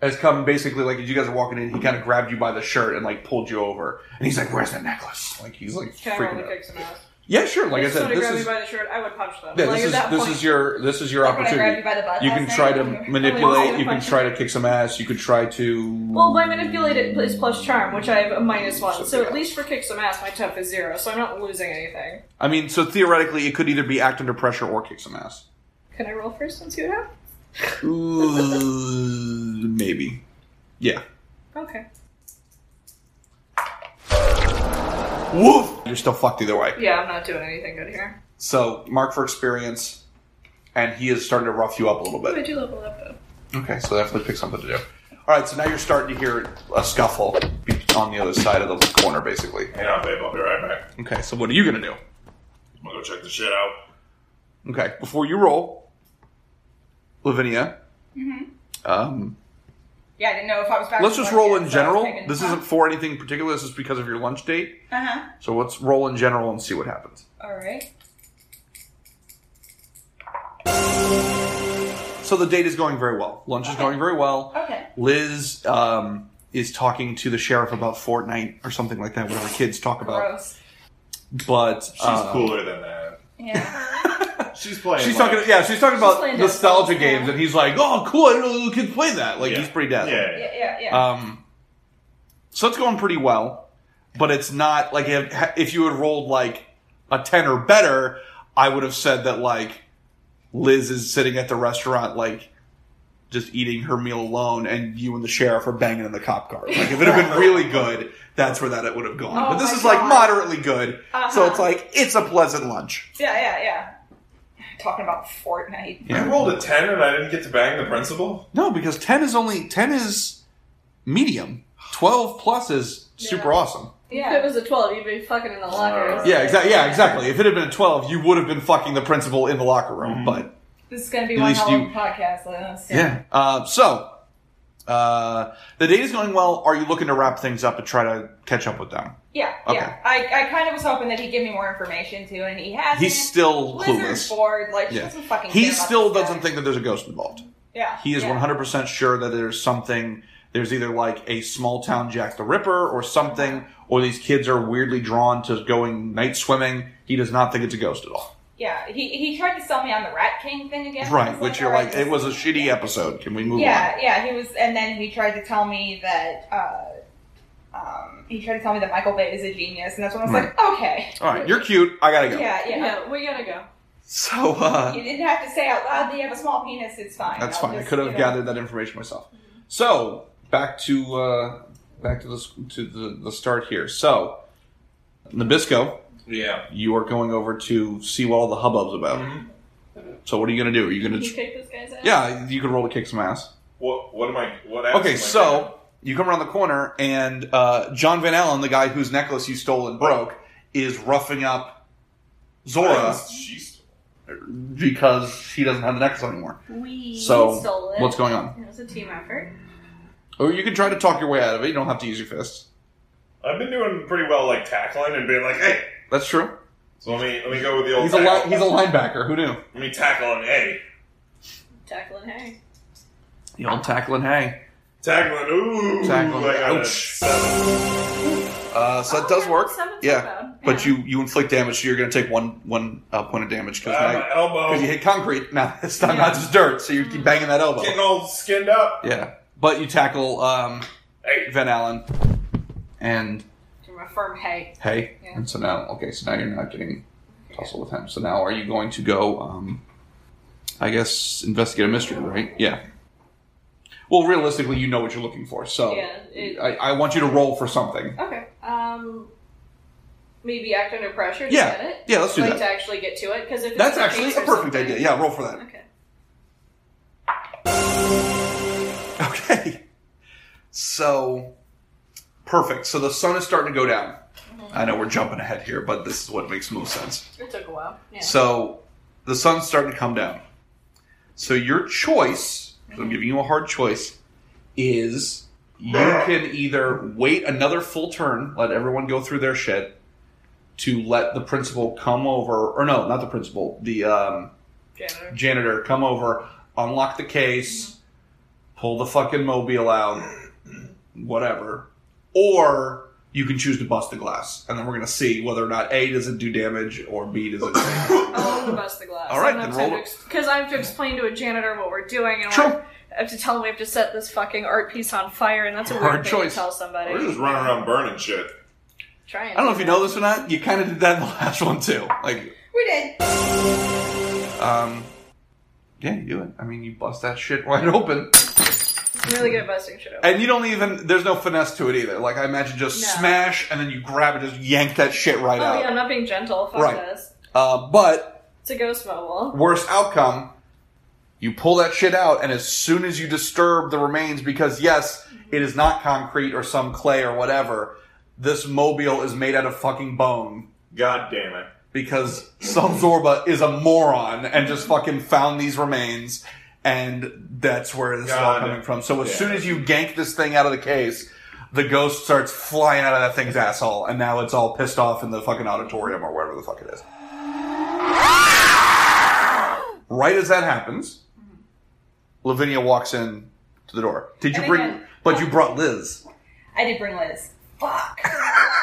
Speaker 2: has come basically like as you guys are walking in, he kind of grabbed you by the shirt and like pulled you over, and he's like, "Where's the necklace?" Like he's like
Speaker 6: Can I roll
Speaker 2: freaking
Speaker 6: to
Speaker 2: out.
Speaker 6: kick some ass?
Speaker 2: Yeah, sure. Like I
Speaker 6: if
Speaker 2: said,
Speaker 6: somebody
Speaker 2: this
Speaker 6: grabbed
Speaker 2: is.
Speaker 6: me by the shirt, I would punch them.
Speaker 2: Yeah,
Speaker 6: like,
Speaker 2: this
Speaker 6: at
Speaker 2: is
Speaker 6: that
Speaker 2: this
Speaker 6: point,
Speaker 2: is your this is your
Speaker 7: like when I
Speaker 2: opportunity.
Speaker 7: grabbed you by the butt
Speaker 2: You
Speaker 7: last
Speaker 2: can
Speaker 7: night.
Speaker 2: try to
Speaker 6: Oh,
Speaker 2: manipulate.
Speaker 6: yeah.
Speaker 2: You can try to kick some ass. You could try to.
Speaker 6: Well, my manipulate it is plus charm, which I have a minus one. So
Speaker 2: yeah.
Speaker 6: at least for kick some ass, my tough is zero, so I'm not losing anything.
Speaker 2: I mean, so theoretically, it could either be act under pressure or kick some ass.
Speaker 6: Can I roll first and see what happens?
Speaker 2: Ooh, maybe. Yeah.
Speaker 6: Okay.
Speaker 2: Woof. You're still fucked either way.
Speaker 6: Yeah, I'm not doing anything good here.
Speaker 2: So mark for experience, and he is starting to rough you up a little
Speaker 6: I
Speaker 2: bit.
Speaker 6: do level up though.
Speaker 2: Okay, so definitely pick something to do. All right, so now you're starting to hear a scuffle be- on the other side of the corner, basically.
Speaker 4: Hang on, babe. I'll be right back.
Speaker 2: Okay, so what are you gonna do?
Speaker 4: I'm gonna go check the shit out.
Speaker 2: Okay, before you roll, Lavinia.
Speaker 6: Mm-hmm.
Speaker 2: Um,
Speaker 7: Yeah, I didn't know if I was back.
Speaker 2: let's
Speaker 7: to
Speaker 2: just
Speaker 7: work
Speaker 2: roll in
Speaker 7: yet, so I was
Speaker 2: general.
Speaker 7: thinking,
Speaker 2: This
Speaker 7: huh?
Speaker 2: isn't for anything particular. This is because of your lunch date.
Speaker 7: Uh-huh.
Speaker 2: So let's roll in general and see what happens.
Speaker 7: All right.
Speaker 2: So the date is going very well. Lunch is going very well.
Speaker 7: Okay.
Speaker 2: Liz um, is talking to the sheriff about Fortnite or something like that, whatever kids talk about.
Speaker 7: Gross.
Speaker 2: But
Speaker 4: She's
Speaker 2: uh,
Speaker 4: cooler than that.
Speaker 7: Yeah.
Speaker 4: She's playing.
Speaker 2: She's
Speaker 4: like-
Speaker 2: talking. Yeah, she's talking about
Speaker 6: playing
Speaker 2: nostalgia
Speaker 6: Destiny, yeah.
Speaker 2: games, and he's like, "Oh, cool! I didn't know little kids play that." Like
Speaker 4: Yeah.
Speaker 2: he's pretty dead.
Speaker 4: Yeah.
Speaker 7: Yeah, yeah, yeah.
Speaker 2: Um, so it's going pretty well, but it's not like if, if you had rolled like a 10 or better, I would have said that like Liz is sitting at the restaurant, like just eating her meal alone, and you and the sheriff are banging in the cop car. Like if it had been really good, that's where that would have gone.
Speaker 6: Oh
Speaker 2: but this
Speaker 6: my
Speaker 2: is like
Speaker 6: God.
Speaker 2: moderately good, so
Speaker 6: Uh-huh.
Speaker 2: it's like it's a pleasant lunch.
Speaker 6: Yeah, yeah, yeah. Talking about Fortnite.
Speaker 4: I rolled a ten and I didn't get to bang the principal.
Speaker 2: No, because ten is only ten is medium. Twelve plus is super
Speaker 6: Yeah.
Speaker 2: awesome.
Speaker 6: If it was a 12, you'd be fucking in the locker.
Speaker 2: Uh, Yeah, exactly. Yeah, exactly. If it had been a twelve, you would have been fucking the principal in the locker room.
Speaker 4: Mhm.
Speaker 2: But
Speaker 7: This is gonna be
Speaker 2: At
Speaker 7: one
Speaker 2: least
Speaker 7: hell of a
Speaker 2: you-
Speaker 7: podcast. Liz.
Speaker 2: Yeah. Uh, so uh, the date is going well. Are you looking to wrap things up and try to catch up with them?
Speaker 7: Yeah,
Speaker 2: Okay.
Speaker 7: yeah. I, I kind of was hoping that he'd give me more information too, and he hasn't.
Speaker 2: He's still clueless.
Speaker 7: Blizzard's bored. Like she
Speaker 2: Yeah.
Speaker 7: doesn't fucking.
Speaker 2: He
Speaker 7: care about
Speaker 2: still
Speaker 7: this guy.
Speaker 2: doesn't think that there's a ghost involved.
Speaker 6: Yeah.
Speaker 2: He is
Speaker 6: yeah.
Speaker 2: 100% sure that there's something. There's either like a small town Jack the Ripper or something, or these kids are weirdly drawn to going night swimming. He does not think it's a ghost at all.
Speaker 7: Yeah, he he tried to sell me on the Rat King thing again. I
Speaker 2: Right,
Speaker 7: was
Speaker 2: which you're
Speaker 7: "All right,
Speaker 2: like, it was a shitty episode. Can we move
Speaker 7: Yeah, yeah. He was, and then he tried to tell me that. uh um, he tried to tell me that Michael Bay is a genius, and that's when I was like, okay,
Speaker 2: on? All right, you're cute. I gotta go.
Speaker 7: yeah, yeah.
Speaker 6: Yeah, we gotta go.
Speaker 2: So, uh,
Speaker 7: You didn't have to say out loud that you have a small penis. It's fine.
Speaker 2: That's
Speaker 7: I'll
Speaker 2: fine. I
Speaker 7: just,
Speaker 2: could
Speaker 7: you
Speaker 2: have
Speaker 7: know.
Speaker 2: gathered that information myself. So back to uh, back to the s- to the, the start here. So Nabisco,
Speaker 4: Yeah.
Speaker 2: you are going over to see what all the hubbub's about.
Speaker 4: Mhm.
Speaker 2: So what are you going to do? Are you going
Speaker 6: Can
Speaker 2: to?
Speaker 6: you
Speaker 2: Tr-
Speaker 6: kick this guy's ass?
Speaker 2: yeah, you can roll to kick some ass.
Speaker 4: What? What am I? What? ass am
Speaker 2: Okay,
Speaker 4: I
Speaker 2: so you come around the corner and uh, John Van Allen, the guy whose necklace you stole and broke, is roughing up
Speaker 4: banging?
Speaker 2: Zora
Speaker 4: She's.
Speaker 2: because she doesn't have the necklace anymore.
Speaker 6: We
Speaker 2: So,
Speaker 6: stole it.
Speaker 2: What's going on?
Speaker 6: It was a team effort.
Speaker 2: Or you can try to talk your way out of it. You don't have to use your fists.
Speaker 4: I've been doing pretty well, like tackling and being like, "Hey."
Speaker 2: That's true.
Speaker 4: So let me let me go with the old.
Speaker 2: He's a li-
Speaker 4: tackle.
Speaker 2: he's a linebacker. Who knew?
Speaker 4: Let me tackle an A.
Speaker 6: Tackling hay.
Speaker 2: The old tackling hay.
Speaker 4: Tackling. Ooh.
Speaker 2: Tackling.
Speaker 4: I got a
Speaker 2: Ouch.
Speaker 4: seven.
Speaker 2: Uh, so
Speaker 6: Oh,
Speaker 2: that does
Speaker 6: yeah,
Speaker 2: work.
Speaker 6: seven's
Speaker 2: Yeah,
Speaker 6: not bad.
Speaker 2: but you you inflict damage, so you're going to take one one uh, point of damage because
Speaker 4: Ah, my elbow.
Speaker 2: you hit concrete. Now it's not,
Speaker 6: Yeah.
Speaker 2: not just dirt, so you keep banging that elbow.
Speaker 4: Getting all skinned up.
Speaker 2: Yeah, but you tackle um,
Speaker 4: Hey.
Speaker 2: Van Allen, and
Speaker 6: From a firm hay.
Speaker 2: hey,
Speaker 6: Yeah.
Speaker 2: and so now okay, so now you're not getting tussled with him. So now are you going to go? Um, I guess investigate a mystery, right? Yeah. Well, realistically, you know what you're looking for, so
Speaker 6: Yeah, it-
Speaker 2: I, I want you to roll for something.
Speaker 6: Okay. Um, maybe act under pressure to
Speaker 2: Yeah.
Speaker 6: get it.
Speaker 2: Yeah, let's do
Speaker 6: like
Speaker 2: that.
Speaker 6: to actually get to it because if it's
Speaker 2: That's
Speaker 6: a
Speaker 2: actually
Speaker 6: case
Speaker 2: a
Speaker 6: or
Speaker 2: perfect
Speaker 6: something-
Speaker 2: idea. Yeah, roll for that.
Speaker 6: Okay.
Speaker 2: Okay. So, perfect. So the sun is starting to go down.
Speaker 6: Mm-hmm.
Speaker 2: I know we're jumping ahead here, but this is what makes most sense.
Speaker 6: It took a while. Yeah.
Speaker 2: So, the sun's starting to come down. So, your choice, 'cause I'm giving you a hard choice, is you can either wait another full turn, let everyone go through their shit, to let the principal come over, or no, not the principal, the um,
Speaker 6: Janitor.
Speaker 2: janitor, come over, unlock the case, pull the fucking mobile out, whatever. Or you can choose to bust the glass, and then we're gonna see whether or not A doesn't do damage or B doesn't.
Speaker 6: I love to bust the glass.
Speaker 2: All right, then roll it.
Speaker 6: Because I have to explain to a janitor what we're doing, and
Speaker 2: Sure.
Speaker 6: I have to tell him we have to set this fucking art piece on fire, and that's a
Speaker 2: Hard
Speaker 6: weird thing
Speaker 2: choice.
Speaker 6: to tell somebody.
Speaker 4: We're just running around burning shit.
Speaker 6: Try and
Speaker 2: I don't know if you know this or not. You kind of did that in the last one too. Like,
Speaker 7: We did.
Speaker 2: um, yeah, you do it. I mean, you bust that shit wide open,
Speaker 6: I'm really good at busting shit open.
Speaker 2: and you don't even. There's no finesse to it either. Like, I imagine just
Speaker 6: No.
Speaker 2: smash, and then you grab it, just yank that shit right
Speaker 6: oh
Speaker 2: out.
Speaker 6: yeah, I'm not being gentle. Fuck
Speaker 2: Right.
Speaker 6: this.
Speaker 2: Uh, but
Speaker 6: It's a ghost mobile.
Speaker 2: worst outcome, you pull that shit out, and as soon as you disturb the remains, because yes, it is not concrete or some clay or whatever, this mobile is made out of fucking bone.
Speaker 4: God damn it.
Speaker 2: Because some Zorba is a moron and just fucking found these remains, and that's where this is all
Speaker 4: God.
Speaker 2: coming from. So as
Speaker 4: Yeah.
Speaker 2: soon as you gank this thing out of the case, the ghost starts flying out of that thing's asshole, and now it's all pissed off in the fucking auditorium or wherever the fuck it is. Right as that happens, Lavinia walks in to the door. Did you
Speaker 7: And
Speaker 2: bring?
Speaker 7: again-
Speaker 2: But you brought Liz.
Speaker 7: I did bring Liz. Fuck.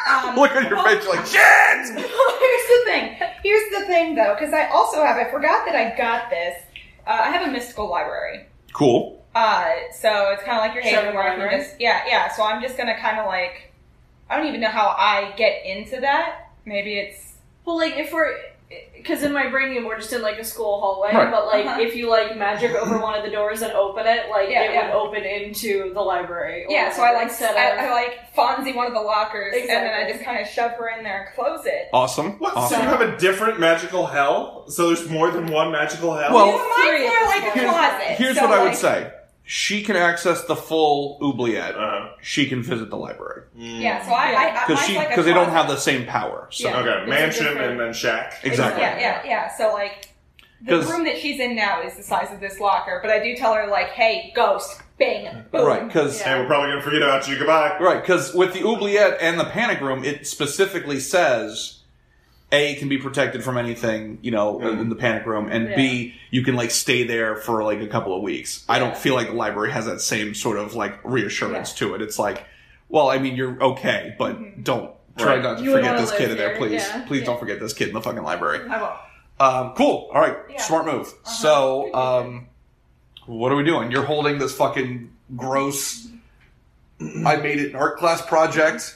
Speaker 7: Um,
Speaker 2: Look at your face, you're like shit.
Speaker 7: Here's the thing. Here's the thing, though, because I also have. I forgot that I got this. Uh, I have a mystical library.
Speaker 2: Cool.
Speaker 7: Uh, so it's kind of like your
Speaker 6: Shared
Speaker 7: haven where I can
Speaker 6: library?
Speaker 7: just- Yeah, yeah. So I'm just gonna kind of like. I don't even know how I get into that. Maybe it's
Speaker 6: Well, like if we're because in my brain you were just in like a school hallway,
Speaker 2: Right.
Speaker 6: but like
Speaker 7: Uh-huh.
Speaker 6: if you like magic over one of the doors and open it, like
Speaker 7: Yeah,
Speaker 6: it
Speaker 7: yeah.
Speaker 6: would open into the library. or
Speaker 7: Yeah, so I like
Speaker 6: instead
Speaker 7: I,
Speaker 6: of-
Speaker 7: I like Fonzie one of the lockers, and then I
Speaker 6: Exactly.
Speaker 7: just kind of shove her in there and close it.
Speaker 2: Awesome.
Speaker 4: What? So
Speaker 2: Awesome.
Speaker 4: you have a different magical hell? So there's more than one magical hell?
Speaker 2: Well-
Speaker 7: Well, mine's more like a
Speaker 6: Here's-
Speaker 7: closet.
Speaker 2: Here's
Speaker 7: so,
Speaker 2: what I would
Speaker 7: like,
Speaker 2: say. She can access the full oubliette.
Speaker 4: Uh-huh.
Speaker 2: She can visit the library
Speaker 4: Mm.
Speaker 7: Yeah, so I I, I
Speaker 2: because
Speaker 7: Uh, mine's
Speaker 2: she
Speaker 7: like a
Speaker 2: because they don't
Speaker 7: closet.
Speaker 2: have the same power. So
Speaker 6: Yeah.
Speaker 4: Okay,
Speaker 6: It's a
Speaker 4: mansion
Speaker 6: different-
Speaker 4: and then shack.
Speaker 2: Exactly.
Speaker 7: Yeah, yeah, yeah. So like the
Speaker 2: 'Cause-
Speaker 7: room that she's in now is the size of this locker, but I do tell her like, "Hey, ghost, bang, boom."
Speaker 2: right because
Speaker 6: Yeah.
Speaker 4: And we're probably going to forget about you. Goodbye.
Speaker 2: right because with the oubliette and the panic room, it specifically says. A can be protected from anything, you know,
Speaker 4: Mm.
Speaker 2: in the panic room, and B you can like stay there for like a couple of weeks. I don't feel like the library has that same sort of like reassurance to it. It's like, well, I mean, you're okay, but don't try
Speaker 4: Right.
Speaker 2: not to
Speaker 6: You wouldn't
Speaker 2: forget
Speaker 6: wanna
Speaker 2: this kid
Speaker 6: live
Speaker 2: in there,
Speaker 6: here.
Speaker 2: please.
Speaker 6: Yeah.
Speaker 2: Please
Speaker 6: Yeah.
Speaker 2: don't forget this kid in the fucking library.
Speaker 7: I won't.
Speaker 2: Um, cool. All right.
Speaker 7: Yeah.
Speaker 2: Smart move. So, um, what are we doing? You're holding this fucking gross. I made it an art class project.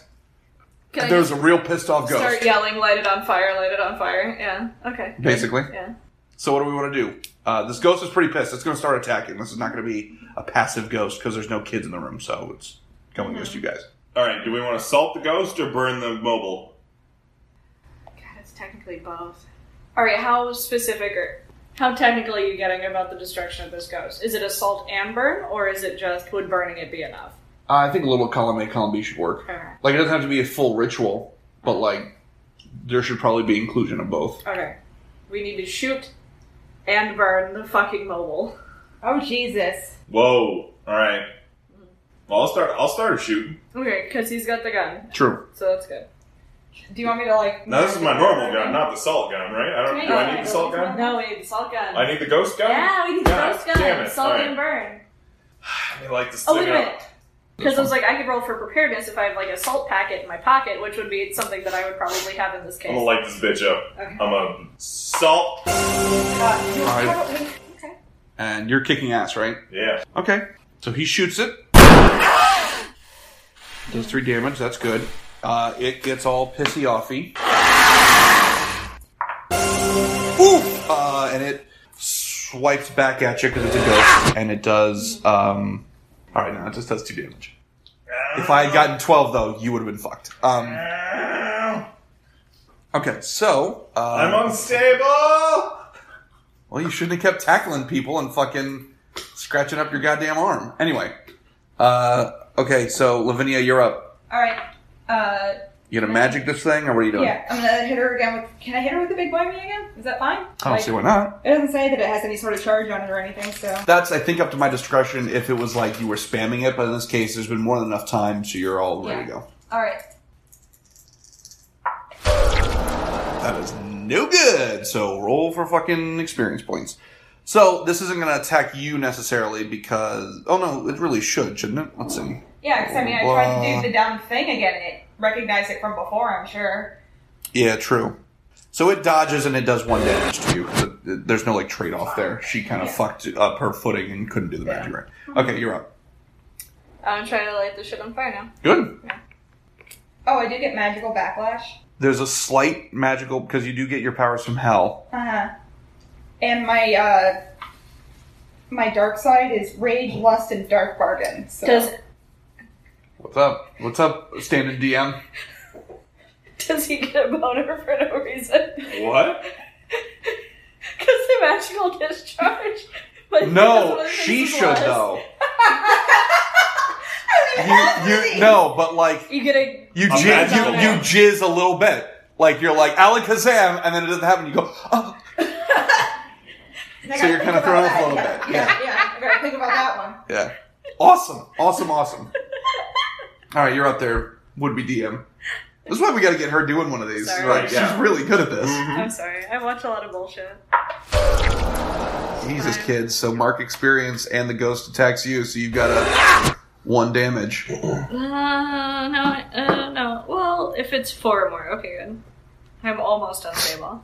Speaker 6: Can I
Speaker 2: There's
Speaker 6: just
Speaker 2: a real pissed off ghost,
Speaker 6: start yelling, "Light it on fire! Light it on fire!" Yeah. Okay.
Speaker 2: basically.
Speaker 6: Yeah.
Speaker 2: So, what do we want to do? Uh, this ghost is pretty pissed. It's going to start attacking. This is not going to be a passive ghost because there's no kids in the room, so it's going against you guys.
Speaker 4: All right, do we want to salt the ghost or burn the mobile?
Speaker 6: God, it's technically both. All right, how specific or how technical are you getting about the destruction of this ghost? Is it assault and burn, or is it just would burning it be enough?
Speaker 2: Uh, I think a little column A, column B should work.
Speaker 6: All right.
Speaker 2: Like, it doesn't have to be a full ritual, but like, there should probably be inclusion of both.
Speaker 6: Okay. We need to shoot and burn the fucking mobile.
Speaker 7: Oh Jesus!
Speaker 4: Whoa. All right. Well, I'll start. I'll start shooting.
Speaker 6: Okay, because he's got the gun,
Speaker 2: True.
Speaker 6: so that's good.
Speaker 7: Do you want me to like?
Speaker 4: Now this is my normal gun, not the salt gun, right? I don't. Do I need the salt gun?
Speaker 6: No, we need the salt gun.
Speaker 4: I need the ghost gun.
Speaker 6: yeah, we need the
Speaker 4: God
Speaker 6: ghost gun.
Speaker 4: damn it.
Speaker 6: Salt
Speaker 4: All right.
Speaker 6: and burn.
Speaker 4: I like this.
Speaker 6: Oh wait a
Speaker 4: thing up.
Speaker 6: minute. Because I was like, I could roll for preparedness if I have like a salt packet in my pocket, which would be something that I would probably have in this
Speaker 4: I'm gonna
Speaker 6: case.
Speaker 4: light this bitch up.
Speaker 6: Okay.
Speaker 4: I'm a salt.
Speaker 2: All right. And you're kicking ass, right?
Speaker 4: Yeah.
Speaker 2: Okay. So he shoots it. Does three damage. That's good. Uh, it gets all pissy offy. Ooh! Uh, and it swipes back at you because it's a ghost, and it does. Um, all right, now it just does two damage. If I had gotten twelve, though, you would have been fucked. Um, okay, so um,
Speaker 4: I'm unstable.
Speaker 2: Well, you shouldn't have kept tackling people and fucking scratching up your goddamn arm. Anyway, uh, okay, so Lavinia, you're up.
Speaker 7: All right. Uh,
Speaker 2: You gonna magic this thing, or what are you doing?
Speaker 7: yeah, I'm gonna hit her again with. Can I hit her with the big blimey again? Is that fine?
Speaker 2: I don't
Speaker 7: Like,
Speaker 2: see why not.
Speaker 7: It doesn't say that it has any sort of charge on it or anything, so.
Speaker 2: That's I think up to my discretion if it was like you were spamming it, but in this case, there's been more than enough time, so you're all ready to go.
Speaker 7: Alright.
Speaker 2: That is no good. So roll for fucking experience points. So this isn't gonna attack you necessarily because oh no, it really should, shouldn't it? Let's see.
Speaker 7: Yeah, 'cause I mean, I tried to do the dumb thing again and it recognized it from before, I'm sure.
Speaker 2: Yeah, true. So it dodges and it does one damage to you. 'cause it- it- There's no like trade off there. She kind of fucked up her footing and couldn't do the magic right. Okay, you're up.
Speaker 6: I'm trying to light the shit on fire now.
Speaker 2: Good.
Speaker 7: Oh, I do get magical backlash.
Speaker 2: There's a slight magical because you do get your powers from hell.
Speaker 7: Uh huh. And my, uh. My dark side is rage, lust, and dark bargain. So.
Speaker 6: Does
Speaker 2: What's up? What's up, standard DM?
Speaker 6: does he get a boner for no reason?
Speaker 4: What?
Speaker 6: Because the magical discharge. But
Speaker 2: No, she should though.
Speaker 7: I
Speaker 2: You, you no, but like
Speaker 6: You get a
Speaker 2: you
Speaker 4: A
Speaker 2: jizz, you,
Speaker 4: magical
Speaker 2: you
Speaker 4: one.
Speaker 2: jizz a little bit. Like you're like alakazam, and then it doesn't happen. You go, oh, so you're kind of thrown off a little bit. Yeah.
Speaker 7: Yeah, yeah. I gotta think about that one.
Speaker 2: Yeah. Awesome. Awesome. Awesome. All right, you're up there, would be DM. This is why we got to get her doing one of these.
Speaker 6: Sorry.
Speaker 2: Like,
Speaker 4: Yeah.
Speaker 2: She's really good at this.
Speaker 6: I'm sorry. I watch a lot of bullshit.
Speaker 2: Jesus, kids. So mark experience, and the ghost attacks you, so you've got a one damage.
Speaker 6: Uh, no, uh, no. Well, if it's four or more, okay, good. I'm almost unstable.